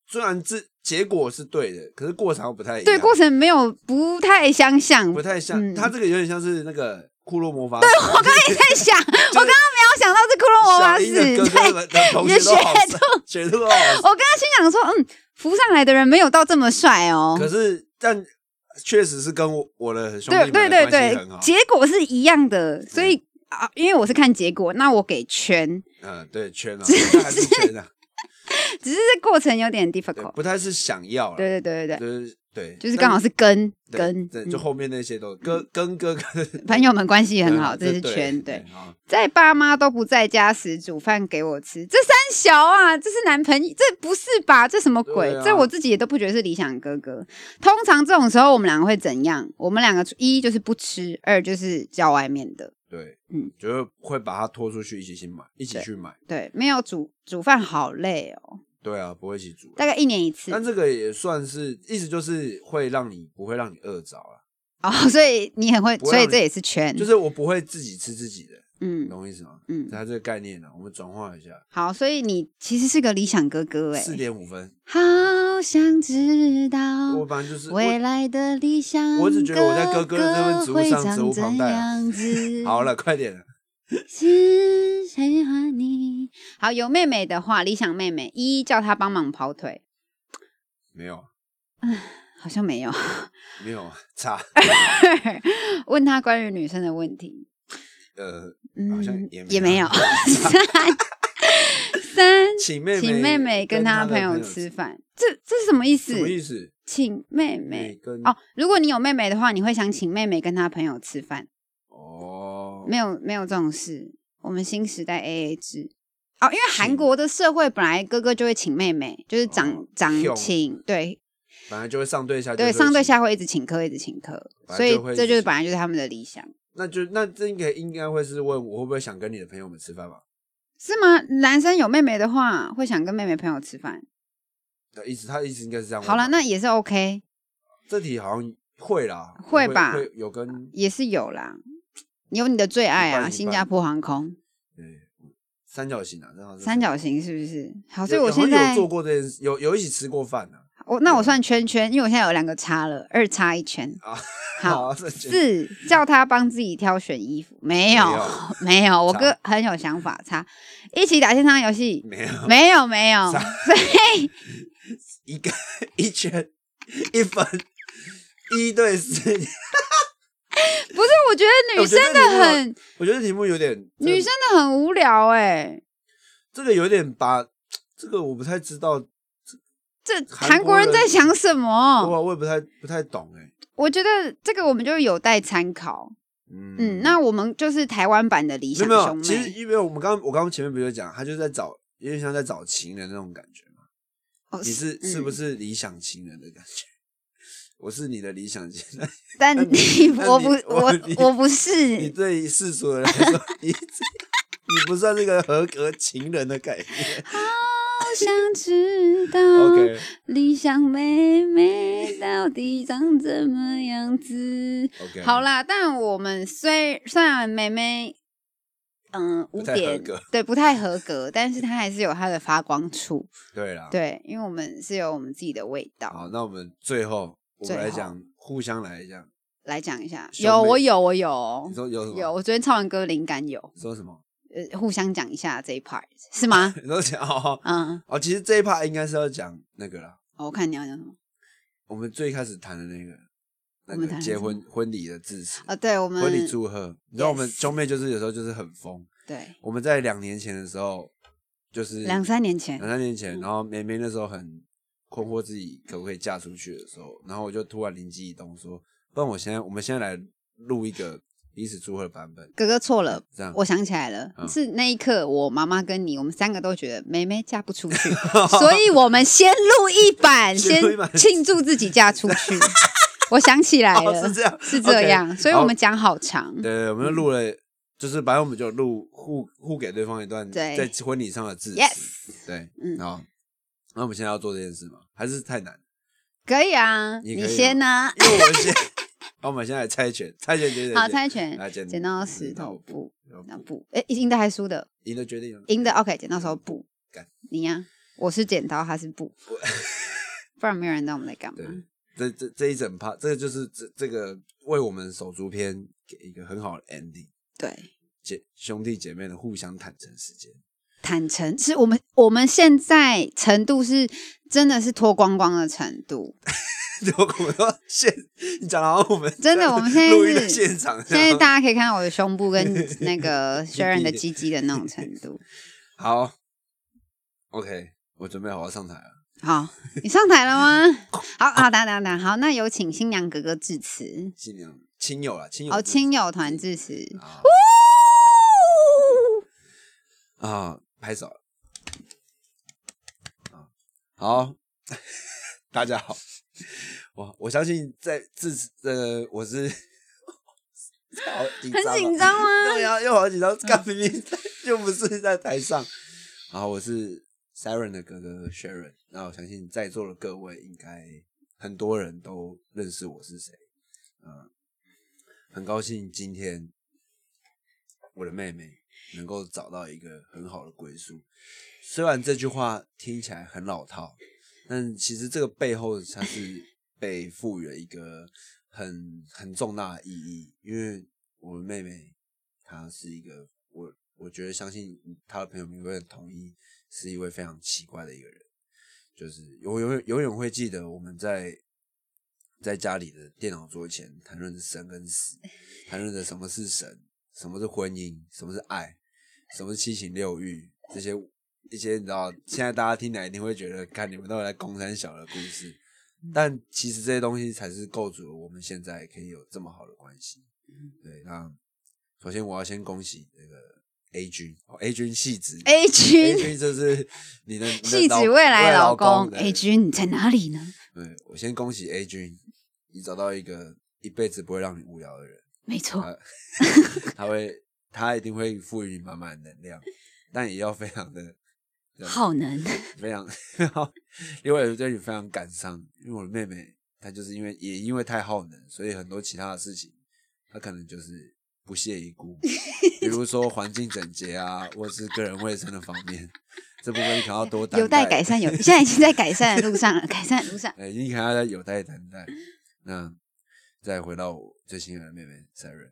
Speaker 1: 虽然这结果是对的，可是过程好像不太一样
Speaker 2: 对过程没有不太相像，
Speaker 1: 啊不太像，
Speaker 2: 嗯
Speaker 1: 它这个有点像是那个库洛魔法对我刚才
Speaker 2: 在
Speaker 1: [laughs]
Speaker 2: 想，我刚刚没有想到是骷髅娃娃是，对，
Speaker 1: 哥哥们的同学都好帅学度
Speaker 2: [laughs]
Speaker 1: 好
Speaker 2: 我
Speaker 1: 帅，
Speaker 2: 刚刚心想说，嗯，浮上来的人没有到这么帅哦。
Speaker 1: 可是但确实是跟我我的兄弟
Speaker 2: 对对
Speaker 1: 们的
Speaker 2: 对
Speaker 1: 关系
Speaker 2: 对
Speaker 1: 很好，
Speaker 2: 结果是一样的，所以啊，因为我是看结果，那我给圈，
Speaker 1: 嗯，对圈啊，那还是
Speaker 2: [laughs]
Speaker 1: 圈啊，
Speaker 2: 只是这过程有点
Speaker 1: 对
Speaker 2: difficult。
Speaker 1: 不太是想要了，
Speaker 2: 对对对对对，
Speaker 1: 就是对，
Speaker 2: 就是刚好是跟
Speaker 1: 对
Speaker 2: 跟
Speaker 1: 对，就
Speaker 2: 嗯
Speaker 1: 后面那些都跟
Speaker 2: [laughs]
Speaker 1: 跟哥哥
Speaker 2: 朋友们关系很好，
Speaker 1: 嗯
Speaker 2: 这是圈对。
Speaker 1: 好
Speaker 2: 在爸妈都不在家时煮饭给我吃，这三小啊，这是男朋友，这不是吧？这什么鬼？
Speaker 1: 对啊
Speaker 2: 这我自己也都不觉得是理想哥哥。通常这种时候，我们两个会怎样？我们两个一就是不吃，二就是叫外面的。
Speaker 1: 对，
Speaker 2: 嗯
Speaker 1: 嗯，就是会把他拖出去一起去买，一起
Speaker 2: 对
Speaker 1: 去买。
Speaker 2: 对，没有煮煮饭好累哦，
Speaker 1: 对啊，不会一起煮啊。
Speaker 2: 大概一年一次
Speaker 1: 但这个也算是，意思就是会让你不会让你饿着了，
Speaker 2: 哦，所以你很会，
Speaker 1: 不会
Speaker 2: 所以
Speaker 1: 让
Speaker 2: 这
Speaker 1: 你
Speaker 2: 也是圈，
Speaker 1: 就是我不会自己吃自己的，
Speaker 2: 嗯
Speaker 1: 你懂我意思吗？
Speaker 2: 嗯，
Speaker 1: 它这个概念呢、我们转化一下，
Speaker 2: 好，所以你其实是个理想哥哥哎，
Speaker 1: 四点五分。
Speaker 2: 好想知道
Speaker 1: 我反正就是我
Speaker 2: 未来的理想，
Speaker 1: 我只觉得我在哥哥这份职务上
Speaker 2: 长
Speaker 1: 责无旁
Speaker 2: 怎
Speaker 1: 贷啊
Speaker 2: 样子
Speaker 1: [laughs] 好，了，快点了。
Speaker 2: 是谁和你？好，有妹妹的话，理想妹妹一叫她帮忙跑腿，
Speaker 1: 没有，
Speaker 2: 好像没有。 [laughs]
Speaker 1: 没有差，
Speaker 2: 问她关于女生的问题，
Speaker 1: 呃，
Speaker 2: 嗯，
Speaker 1: 好像也没有
Speaker 2: 没
Speaker 1: [laughs]
Speaker 2: 有。三三，
Speaker 1: 请妹妹，
Speaker 2: 请妹妹跟她
Speaker 1: 她的
Speaker 2: 朋友
Speaker 1: 友
Speaker 2: 吃，饭，这这是什么意思
Speaker 1: 什？么意思？
Speaker 2: 请妹
Speaker 1: 妹
Speaker 2: 妹
Speaker 1: 跟
Speaker 2: 哦，如果你有妹妹的话，你会想请妹妹跟她朋友吃饭。
Speaker 1: 哦，
Speaker 2: 没有没有这种事，我们新时代 A A 制哦，因为韩国的社会本来哥哥就会请妹妹，就是长、
Speaker 1: 哦
Speaker 2: 长
Speaker 1: 用
Speaker 2: 请，对
Speaker 1: 本来就会上对下，
Speaker 2: 对，上对，下会一直请客，一直请客，
Speaker 1: 本来
Speaker 2: 所以
Speaker 1: 就会一
Speaker 2: 这
Speaker 1: 直
Speaker 2: 就是
Speaker 1: 请
Speaker 2: 本来就是他们的理想，
Speaker 1: 那就那这应该应该会是问我会不会想跟你的朋友们吃饭吧？
Speaker 2: 是吗？男生有妹妹的话，会想跟妹妹朋友吃饭。
Speaker 1: 的意思，他的意思应该是这样问吧。
Speaker 2: 好了，那也是 OK，
Speaker 1: 这题好像会啦，
Speaker 2: 会吧
Speaker 1: 会有跟
Speaker 2: 也是有啦。有你的最爱
Speaker 1: 一
Speaker 2: 啊，
Speaker 1: 半一
Speaker 2: 新
Speaker 1: 半
Speaker 2: 加坡航空
Speaker 1: 对三角形啊，这样是
Speaker 2: 三角形是不是？好，
Speaker 1: 有。
Speaker 2: 所以我
Speaker 1: 好像
Speaker 2: 现在
Speaker 1: 有做过这件事，有有一起吃过饭啊呢。
Speaker 2: 我那我算圈圈，因为我现在有两个叉了，二叉一圈。
Speaker 1: 啊， [laughs]
Speaker 2: 好，
Speaker 1: 这件事
Speaker 2: 四叫他帮自己挑选衣服，没有
Speaker 1: 没有，
Speaker 2: [laughs] 没有，我
Speaker 1: 差
Speaker 2: 哥很有想法，差一起打线上游戏，
Speaker 1: 没有
Speaker 2: 没有，没有， [laughs]
Speaker 1: 差一个一圈一分一对四， [laughs]
Speaker 2: 不是，我觉得女
Speaker 1: 哎我觉
Speaker 2: 生
Speaker 1: 得
Speaker 2: 的
Speaker 1: 你如果
Speaker 2: 很，
Speaker 1: 我觉得题目有点
Speaker 2: 女
Speaker 1: 这
Speaker 2: 生的很无聊哎，
Speaker 1: 这个有点把这个我不太知道，
Speaker 2: 这
Speaker 1: 韩
Speaker 2: 韩国
Speaker 1: 国
Speaker 2: 人在
Speaker 1: 人
Speaker 2: 想什么？
Speaker 1: 啊我我也不太不太懂哎。
Speaker 2: 我觉得这个我们就有待参考。
Speaker 1: 嗯
Speaker 2: 嗯，那我们就是台湾版的理
Speaker 1: 没
Speaker 2: 想
Speaker 1: 有没
Speaker 2: 兄
Speaker 1: 有，其
Speaker 2: 妹
Speaker 1: 实因为我们刚我刚刚前面不是有讲，他就是在找，有点像在找情人那种感觉嘛。
Speaker 2: 哦，
Speaker 1: 你是是
Speaker 2: 嗯？
Speaker 1: 不是理想情人的感觉？ [laughs] 我是你的理想情人，
Speaker 2: 但
Speaker 1: 那你
Speaker 2: 你 [laughs]
Speaker 1: 那
Speaker 2: 我
Speaker 1: 你
Speaker 2: 不
Speaker 1: 我
Speaker 2: 我
Speaker 1: [laughs] 你
Speaker 2: 我不
Speaker 1: 你
Speaker 2: 是，
Speaker 1: 对于世俗人来说，你这 [laughs] 你不算是个合格情人的概
Speaker 2: [laughs]
Speaker 1: 念。
Speaker 2: 好想知道。
Speaker 1: OK
Speaker 2: 理想妹妹到底长怎么样子？
Speaker 1: OK，
Speaker 2: 好，啦，但我们虽虽然妹妹，嗯，五
Speaker 1: 不太合
Speaker 2: 点
Speaker 1: 格
Speaker 2: 对不太合格，但是她还是有她的发光
Speaker 1: [laughs]
Speaker 2: 处，
Speaker 1: 对啦，，
Speaker 2: 对，因为我们是有我们自己的味道。
Speaker 1: 好，那我们最后我
Speaker 2: 最
Speaker 1: 们来
Speaker 2: 后
Speaker 1: 讲，互相来讲，
Speaker 2: 来讲一下，
Speaker 1: 兄
Speaker 2: 有
Speaker 1: 妹
Speaker 2: 我有我有
Speaker 1: 你说有什么？
Speaker 2: 有，我昨天唱完歌灵感有，
Speaker 1: 你说什么？ [laughs]？
Speaker 2: 呃，互相讲一下这一 part 是吗
Speaker 1: 你说讲哦
Speaker 2: 嗯，
Speaker 1: 哦，其实这一趴应该是要讲那个啦，
Speaker 2: 我看你要讲什么。
Speaker 1: 我们最开始谈的那个那
Speaker 2: 我们谈的
Speaker 1: 个结
Speaker 2: 什
Speaker 1: 婚
Speaker 2: 么
Speaker 1: 婚礼的致辞
Speaker 2: 啊，对，我们
Speaker 1: 婚礼祝贺，你知道我们
Speaker 2: Yes
Speaker 1: 兄妹就是有时候就是很疯。
Speaker 2: 对
Speaker 1: 我们在两年前的时候，就是
Speaker 2: 两三年前
Speaker 1: 两，三年前，
Speaker 2: 嗯
Speaker 1: 然后梅梅那时候很困惑自己可不可以嫁出去的时候，然后我就突然灵机一动说，不然我现在我们现在来录一个彼此祝贺版本，
Speaker 2: 哥哥错了，
Speaker 1: 这样
Speaker 2: 我想起来了，
Speaker 1: 嗯
Speaker 2: 是那一刻，我妈妈跟你，我们三个都觉得梅梅嫁不出
Speaker 1: [laughs]
Speaker 2: 去，所以我们先录一版，
Speaker 1: 先
Speaker 2: 先
Speaker 1: 录一版
Speaker 2: 庆祝自己嫁出
Speaker 1: [laughs]
Speaker 2: 去。我想起来
Speaker 1: [laughs] 哦
Speaker 2: 了，嗯
Speaker 1: 是这样
Speaker 2: 是这样
Speaker 1: OK，
Speaker 2: 所以我们
Speaker 1: 好
Speaker 2: 讲好长。
Speaker 1: 对，我们就录了就是反正我们就录互互给对方一段
Speaker 2: 对
Speaker 1: 在婚礼上的致辞
Speaker 2: Yes
Speaker 1: 对，
Speaker 2: 嗯
Speaker 1: 好，那我们现在要做这件事吗？还是太难？
Speaker 2: 可以啊，
Speaker 1: 你
Speaker 2: 你
Speaker 1: 可以哦
Speaker 2: 先呢、
Speaker 1: 因为我们先， [laughs] 那我们现在猜拳，猜拳决定，
Speaker 2: 好，猜拳
Speaker 1: 来，剪嗯
Speaker 2: 剪刀石
Speaker 1: 剪刀
Speaker 2: 头布，
Speaker 1: 然后
Speaker 2: 那布，哎，赢的还输的，
Speaker 1: 赢的决定了，
Speaker 2: 赢的 OK，剪刀石头布
Speaker 1: 干，
Speaker 2: 你呀、我是剪刀，他是布，不然没有人知道我们在干嘛
Speaker 1: 对。这这这一整趴，这个就是这这个为我们手足篇给一个很好的 ending，
Speaker 2: 对，
Speaker 1: 姐兄弟姐妹的互相坦诚时间。
Speaker 2: 坦诚是我们我们现在程度是真的是脱光光的程度，
Speaker 1: 我们说现，你讲到我们
Speaker 2: 真的我们现在
Speaker 1: 录音的
Speaker 2: 是
Speaker 1: 现场这
Speaker 2: 现
Speaker 1: 样，
Speaker 2: [laughs] 在大家可以看到我的胸部跟那 [laughs] 个 Sharon 的鸡鸡的那种程 [laughs] 度。
Speaker 1: 好，OK，我准备好我要上台了。
Speaker 2: 好，你上台了吗？好好，打打打，好，那有请新娘哥哥致辞，
Speaker 1: 新娘亲友啊，亲友
Speaker 2: 好，
Speaker 1: 致
Speaker 2: 哦亲友团致辞
Speaker 1: 辞。啊啊，拍手啊，好，大家好，我我相信在致辞呃，我是 [laughs] 好紧张啊，
Speaker 2: 很紧张吗
Speaker 1: [laughs]
Speaker 2: 嗯
Speaker 1: 对啊呀、又好紧张，干明明 [laughs] 又不是在台上。好，我是 Siren 的哥哥 Sharon，那我相信在座的各位应该很多人都认识我是谁，嗯，很高兴今天我的妹妹能够找到一个很好的归宿。虽然这句话听起来很老套，但其实这个背后它是被赋予了一个很很重大的意义，因为我的妹妹她是一个我我觉得相信她的朋友们会很同意，是一位非常奇怪的一个人。就是我永远永远会记得我们在在家里的电脑桌前谈论着生跟死，谈论着什么是神，什么是婚姻，什么是爱，什么是七情六欲这些一些你知道，现在大家听来一定会觉得，看你们都在公山小的故事，但其实这些东西才是构筑了我们现在可以有这么好的关系。对，那首先我要先恭喜那个 A 君、哦、，A 君戏子
Speaker 2: A [laughs]
Speaker 1: A
Speaker 2: 君，
Speaker 1: 君就是
Speaker 2: [laughs]
Speaker 1: 你的你的
Speaker 2: 戏
Speaker 1: 老
Speaker 2: 子未来
Speaker 1: 老
Speaker 2: 老公
Speaker 1: 对
Speaker 2: A 君，你在哪里呢？
Speaker 1: 对，我先恭喜 A 君，你找到一个一辈子不会让你无聊的人，
Speaker 2: 没错，
Speaker 1: 他他会 [laughs] 他一定会赋予你满满的能量， [laughs] 但也要非常的
Speaker 2: 浩能，
Speaker 1: 非常， [laughs] 因为我对你非常感伤，因为我的妹妹她就是因为也因为太耗能，所以很多其他的事情她可能就是不屑一
Speaker 2: [laughs]
Speaker 1: 顾，比如说环境整洁啊，或是个人卫生的方面，这部分你可能要多担
Speaker 2: 有待改 [laughs] 善，有现在已经在改善的路上了，改善的路上。
Speaker 1: 呃，你看他在有待等待。那再回到我最亲爱的妹妹 Siren，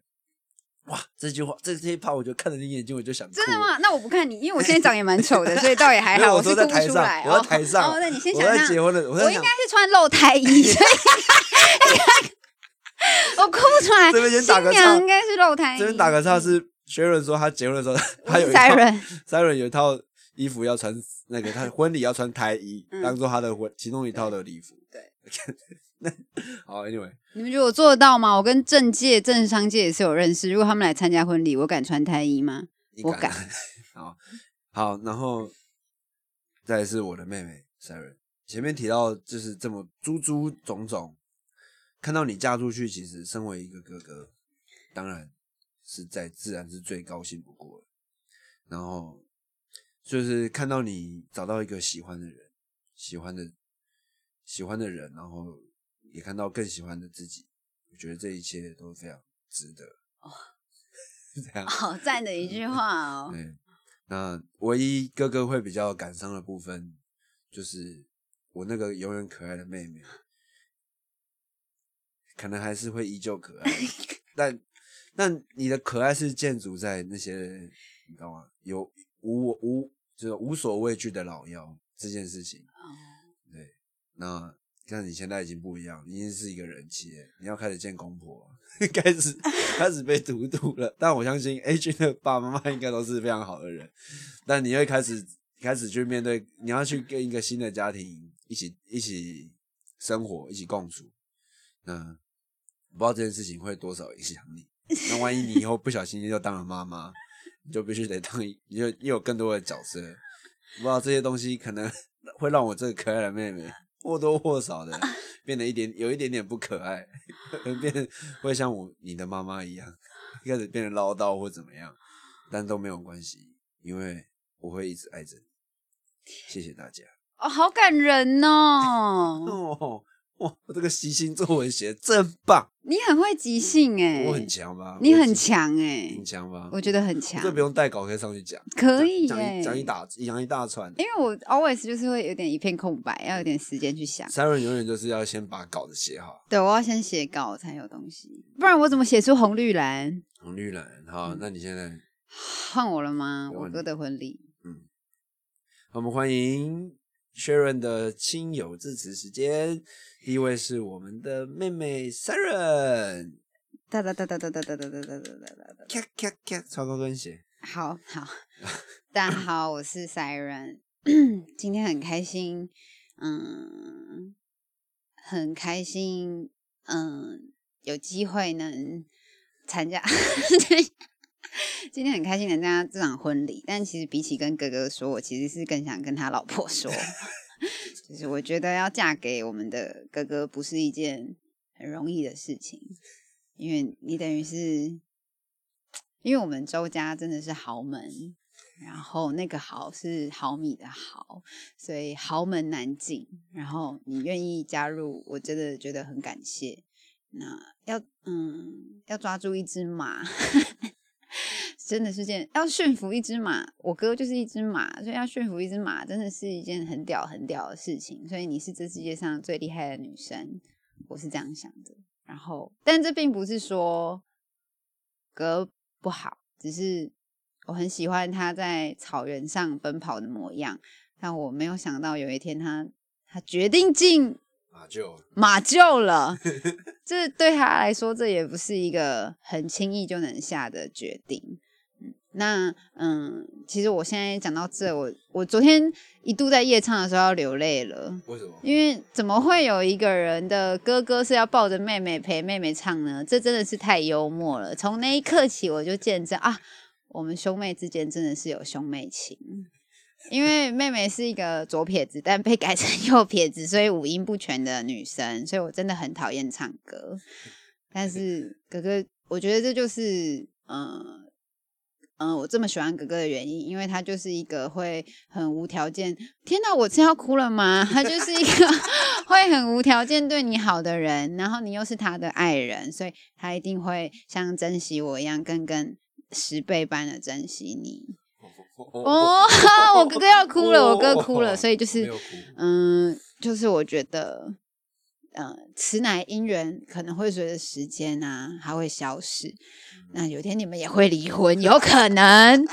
Speaker 1: 哇，这句话这这一趴我就看着你眼睛我就想哭
Speaker 2: 真的？吗？那我不看你，因为我现在长也蛮丑
Speaker 1: [laughs]
Speaker 2: 的，所以倒也还
Speaker 1: 没有
Speaker 2: 好。
Speaker 1: 我
Speaker 2: 是
Speaker 1: 说
Speaker 2: 哭
Speaker 1: 在
Speaker 2: 不
Speaker 1: 台
Speaker 2: 出
Speaker 1: 上
Speaker 2: 来。，
Speaker 1: 我在台上，
Speaker 2: 哦，哦那你先
Speaker 1: 我
Speaker 2: 想
Speaker 1: 在
Speaker 2: 想
Speaker 1: 结，婚的，我
Speaker 2: 我
Speaker 1: 在
Speaker 2: 应
Speaker 1: 想
Speaker 2: 该，是穿露台
Speaker 1: [laughs]
Speaker 2: 衣，所以 [laughs] 我哭不出来。
Speaker 1: 这边先打
Speaker 2: 新
Speaker 1: 个
Speaker 2: 娘
Speaker 1: 岔
Speaker 2: 应该是露台衣。嗯
Speaker 1: 这边打个岔是 Sharon 说她结婚的时候，她有一套
Speaker 2: Siren，
Speaker 1: Siren 有一套衣服要穿，那个她婚礼要穿胎衣，
Speaker 2: 嗯
Speaker 1: 当做她的婚其中一套的礼服。
Speaker 2: 对，
Speaker 1: [laughs] 那好，Anyway，
Speaker 2: [laughs] 你们觉得我做得到吗？我跟政界、政商界也是有认识。如果他们来参加婚礼，我敢穿胎衣
Speaker 1: [laughs]
Speaker 2: 吗？
Speaker 1: 你
Speaker 2: 我
Speaker 1: 敢啊。好好，然后再来是我的妹妹 Siren。前面提到就是这么诸诸种种，看到你嫁出去，其实身为一个哥哥，当然是在自然是最高兴不过了。然后就是看到你找到一个喜欢的人，喜欢的喜欢的人，然后也看到更喜欢的自己，我觉得这一切都非常值得。这样
Speaker 2: 好哦赞的一句话哦。
Speaker 1: 对，那唯一哥哥会比较感伤的部分，就是我那个永远可爱的妹妹，可能还是会依旧可爱，但但你的可爱是建筑在那些你知道吗？有无无就是无所畏惧的老妖这件事情。对，那像你现在已经不一样，你已经是一个人妻了，你要开始见公婆， [laughs] 开始开始被荼毒了。但我相信 A 君的爸爸妈妈应该都是非常好的人，但你会开始开始去面对，你要去跟一个新的家庭一起一起生活，一起共处。那我不知道这件事情会多少影响你。那万一你以后不小心又当了妈 [laughs] 妈，你就必须得当一，你就又有更多的角色。不知道这些东西可能 [laughs] 会让我这个可爱的妹妹或多或少的 [laughs] 变得一点有一点点不可爱，变得会像我你的妈妈一样，开始变得唠叨或怎么样，但都没有关系，因为我会一直爱着你。谢谢大家。
Speaker 2: 哦，好感人
Speaker 1: [laughs]
Speaker 2: 哦！
Speaker 1: 哦，哇，我这个悉心作文写得真棒，
Speaker 2: 你很会即兴哎、
Speaker 1: 我很强吧？
Speaker 2: 你
Speaker 1: 我
Speaker 2: 很
Speaker 1: 很，
Speaker 2: 强哎、
Speaker 1: 很强吧？
Speaker 2: 我觉得很强
Speaker 1: 这。不用带稿可以上去讲，
Speaker 2: 可以欸
Speaker 1: 讲
Speaker 2: 耶、
Speaker 1: 一讲一大讲一大串。
Speaker 2: 因为我 always 就是会有点一片空白，要有点时间去想。
Speaker 1: Siren 永远就是要先把稿子写好。
Speaker 2: 对，我要先写稿才有东西，不然我怎么写出红绿蓝？ [sighs]
Speaker 1: 红绿蓝，
Speaker 2: 嗯
Speaker 1: 好，那你现在
Speaker 2: 换我了吗？
Speaker 1: 没
Speaker 2: 我
Speaker 1: 问题
Speaker 2: 哥的婚礼，
Speaker 1: 我们欢迎 Sharon 的亲友致辞时间。第一位是我们的妹妹 Siren，
Speaker 2: 哒哒哒哒哒哒哒哒哒哒哒哒哒哒。
Speaker 1: 咔咔咔，超高跟鞋。
Speaker 2: 好好，大家好，我是 Siren，今天很开心，嗯，很开心，嗯，有机会能参加， [laughs] 今天很开心能参加这场婚礼。但其实比起跟哥哥说，我其实是更想跟他老婆说，就是我觉得要嫁给我们的哥哥不是一件很容易的事情，因为你等于是因为我们周家真的是豪门，然后那个豪是毫米的豪，所以豪门难进。然后你愿意加入，我真的觉得很感谢。那要嗯，要抓住一只马， [laughs] 真的是件要驯服一只马。我哥就是一只马，所以要驯服一只马，真的是一件很屌很屌的事情。所以你是这世界上最厉害的女生，我是这样想的。然后，但这并不是说哥不好，只是我很喜欢他在草原上奔跑的模样。但我没有想到有一天他他决定进
Speaker 1: 啊，就
Speaker 2: 马厩了，这对他来说这也不是一个很轻易就能下的决定。嗯那嗯，其实我现在讲到这，我我昨天一度在夜唱的时候要流泪了。
Speaker 1: 为什么？
Speaker 2: 因为怎么会有一个人的哥哥是要抱着妹妹陪妹妹唱呢？这真的是太幽默了。从那一刻起，我就见证啊，我们兄妹之间真的是有兄妹情。因为妹妹是一个左撇子，但被改成右撇子，所以五音不全的女生，所以我真的很讨厌唱歌。但是哥哥，我觉得这就是嗯。嗯，我这么喜欢哥哥的原因，因为他就是一个会很无条件。天哪，我真要哭了吗？他就是一 [laughs] 个会很无条件对你好的人，然后你又是他的爱人，所以他一定会像珍惜我一样，更更十倍般的珍惜你。哦， [laughs] 我哥哥要哭了，我哥哭了，所以就是
Speaker 1: 没有哭。
Speaker 2: 嗯，就是我觉得，呃，此乃姻缘，可能会随着时间啊，它会消失。那有一天你们也会离婚，有可能。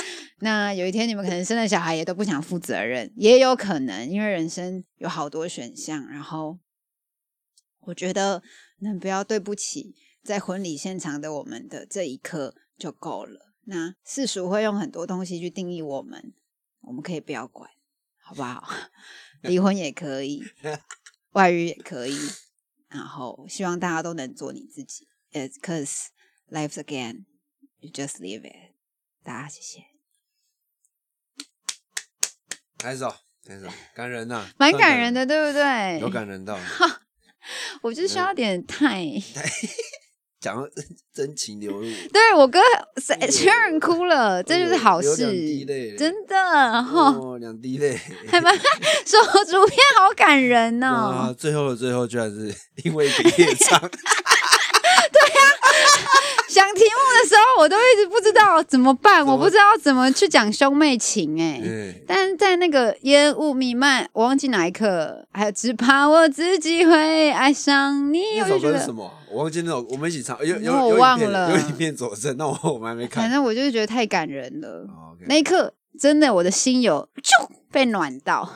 Speaker 2: 那有一天你们可能生了小孩也都不想负责任，也有可能，因为人生有好多选项。然后，我觉得能不要对不起在婚礼现场的我们的这一刻就够了。那世俗会用很多东西去定义我们，我们可以不要管，好不好？
Speaker 1: [laughs]
Speaker 2: 离婚也可以，外遇也可以，然后希望大家都能做你自己。It's cause life's again, you just live it。大家谢谢，
Speaker 1: 拍手，拍手，感人呐、
Speaker 2: 蛮
Speaker 1: 算
Speaker 2: 感人的，对不对？
Speaker 1: 有感人到。
Speaker 2: [laughs] 我就需要点太。
Speaker 1: [laughs] 讲到真真情流露，
Speaker 2: 对我哥谁确认哭了，这就是好
Speaker 1: 哎有两滴
Speaker 2: 事，
Speaker 1: 泪
Speaker 2: 真的。然后
Speaker 1: 哦，两
Speaker 2: [laughs]
Speaker 1: 滴泪。
Speaker 2: 还蛮说主编好感人
Speaker 1: 啊，
Speaker 2: 哦，
Speaker 1: 最后的最后，居然是因为一个
Speaker 2: [laughs]
Speaker 1: 夜唱，
Speaker 2: 想题目的时候我都一直不知道怎么办，
Speaker 1: 么
Speaker 2: 我不知道怎么去讲兄妹情哎、
Speaker 1: 对，
Speaker 2: 但在那个烟雾弥漫，我忘记哪一刻，还有只怕我自己会爱上你，
Speaker 1: 那
Speaker 2: 我
Speaker 1: 首
Speaker 2: 就觉
Speaker 1: 歌是什
Speaker 2: 得，
Speaker 1: 么？我忘记那首，我们一起唱，有有
Speaker 2: 那我
Speaker 1: 有
Speaker 2: 忘
Speaker 1: 影片
Speaker 2: 了
Speaker 1: 有影片佐证，那我我们还没
Speaker 2: 反
Speaker 1: 看。
Speaker 2: 正我就是觉得太感人了。
Speaker 1: 哦，OK，
Speaker 2: 那一刻，真的我的心有就被暖
Speaker 1: [laughs]
Speaker 2: 到，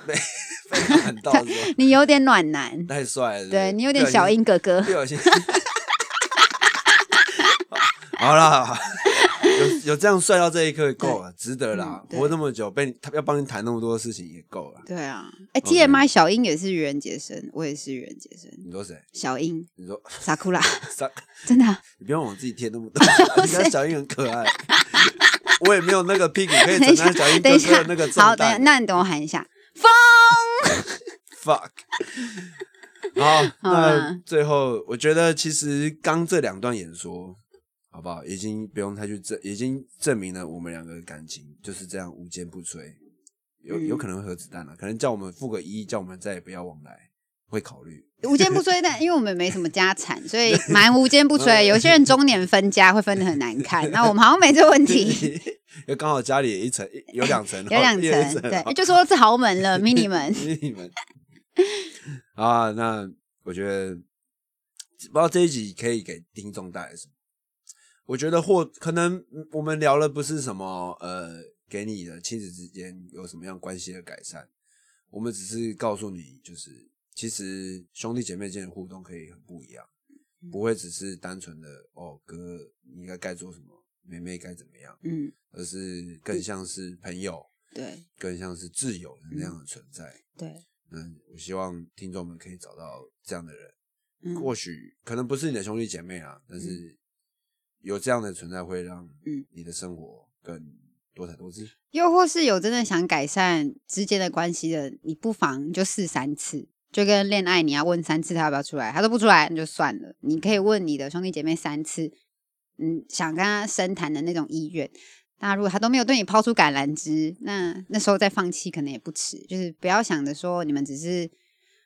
Speaker 1: 看到是吧
Speaker 2: 你有点暖男，
Speaker 1: 太帅了，
Speaker 2: 对你有点小
Speaker 1: 英，
Speaker 2: 英哥哥
Speaker 1: 不。小心。 [laughs] 好啦， [laughs] 有有这样帅到这一刻够了，值得啦
Speaker 2: 嗯！对
Speaker 1: 活这么久，被你他要帮你谈那么多事情也够了。
Speaker 2: 对啊，哎，TMI 小英也是愚人节生，我也是愚人节生。
Speaker 1: 你说谁？
Speaker 2: 小英
Speaker 1: 你说 [laughs]
Speaker 2: 傻哭啦，
Speaker 1: 三，
Speaker 2: 真的啊
Speaker 1: 你不用往自己贴那
Speaker 2: [laughs]
Speaker 1: 么多，你看小英很可爱。我也没有那个屁股可以承担小英
Speaker 2: 等
Speaker 1: 哥
Speaker 2: 一下
Speaker 1: 哥的那个，重
Speaker 2: 好，等一下，
Speaker 1: 担。
Speaker 2: 那你等我喊一下。
Speaker 1: fuck。好， [laughs]
Speaker 2: 好啊
Speaker 1: 那
Speaker 2: 啦
Speaker 1: 最后我觉得其实刚这两段演说，好不好？已经不用太去证，已经证明了我们两个的感情就是这样无坚不摧。有
Speaker 2: 嗯
Speaker 1: 有可能会核子弹了、啊可能叫我们付个一，叫我们再也不要往来，会考
Speaker 2: [laughs]
Speaker 1: 虑。 [laughs]
Speaker 2: 无坚不摧，但因为我们没什么家产，所以蛮无坚不摧。有些人中年分家会分的很难看，那我们好像没这问
Speaker 1: [laughs]
Speaker 2: 题。
Speaker 1: 又刚好家里一层一有两层
Speaker 2: [laughs] ，有两
Speaker 1: 一人一
Speaker 2: 层，
Speaker 1: 好
Speaker 2: 对，就说是豪门了，mini [laughs] 们
Speaker 1: [laughs] 你们啊，那我觉得不知道这一集可以给听众带来什么？我觉得或可能嗯我们聊的不是什么呃，给你的亲子之间有什么样关系的改善，我们只是告诉你，就是其实兄弟姐妹间的互动可以很不一样，不会只是单纯的哦，哥你应该该做什么，妹妹该怎么样，
Speaker 2: 嗯，
Speaker 1: 而是更像是朋友，
Speaker 2: 对
Speaker 1: 更像是挚友的那样的存在。
Speaker 2: 对，
Speaker 1: 嗯，我希望听众们可以找到这样的人，
Speaker 2: 嗯
Speaker 1: 或许可能不是你的兄弟姐妹啊，但是有这样的存在会让
Speaker 2: 嗯
Speaker 1: 你的生活更多彩多姿。
Speaker 2: 又或是有真的想改善之间的关系的，你不妨就试三次，就跟恋爱，你要问三次他要不要出来，他都不出来，那就算了。你可以问你的兄弟姐妹三次，嗯，想跟他深谈的那种意愿。那如果他都没有对你抛出橄榄枝，那那时候再放弃可能也不迟。就是不要想着说你们只是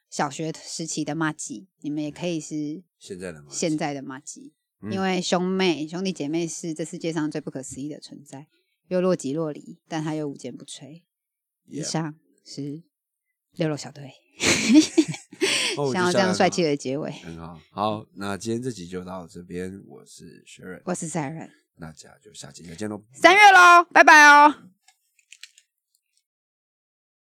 Speaker 2: 小学时期的骂鸡，你们也可以是
Speaker 1: 现在的吗？
Speaker 2: 现在的马吉，
Speaker 1: 嗯
Speaker 2: 因为兄妹兄弟姐妹是这世界上最不可思议的存在，又若即若离，但他又无坚不摧。以
Speaker 1: [laughs] Yeah
Speaker 2: 上是六六小队，
Speaker 1: 哦我觉得
Speaker 2: 想要这样
Speaker 1: 很
Speaker 2: 帅
Speaker 1: 好
Speaker 2: 气的结尾。
Speaker 1: 很好。好，那今天这集就到这边，我是 Sharon，
Speaker 2: 我是赛人，
Speaker 1: 大家就下集再见喽，
Speaker 2: 三月喽，拜拜哦。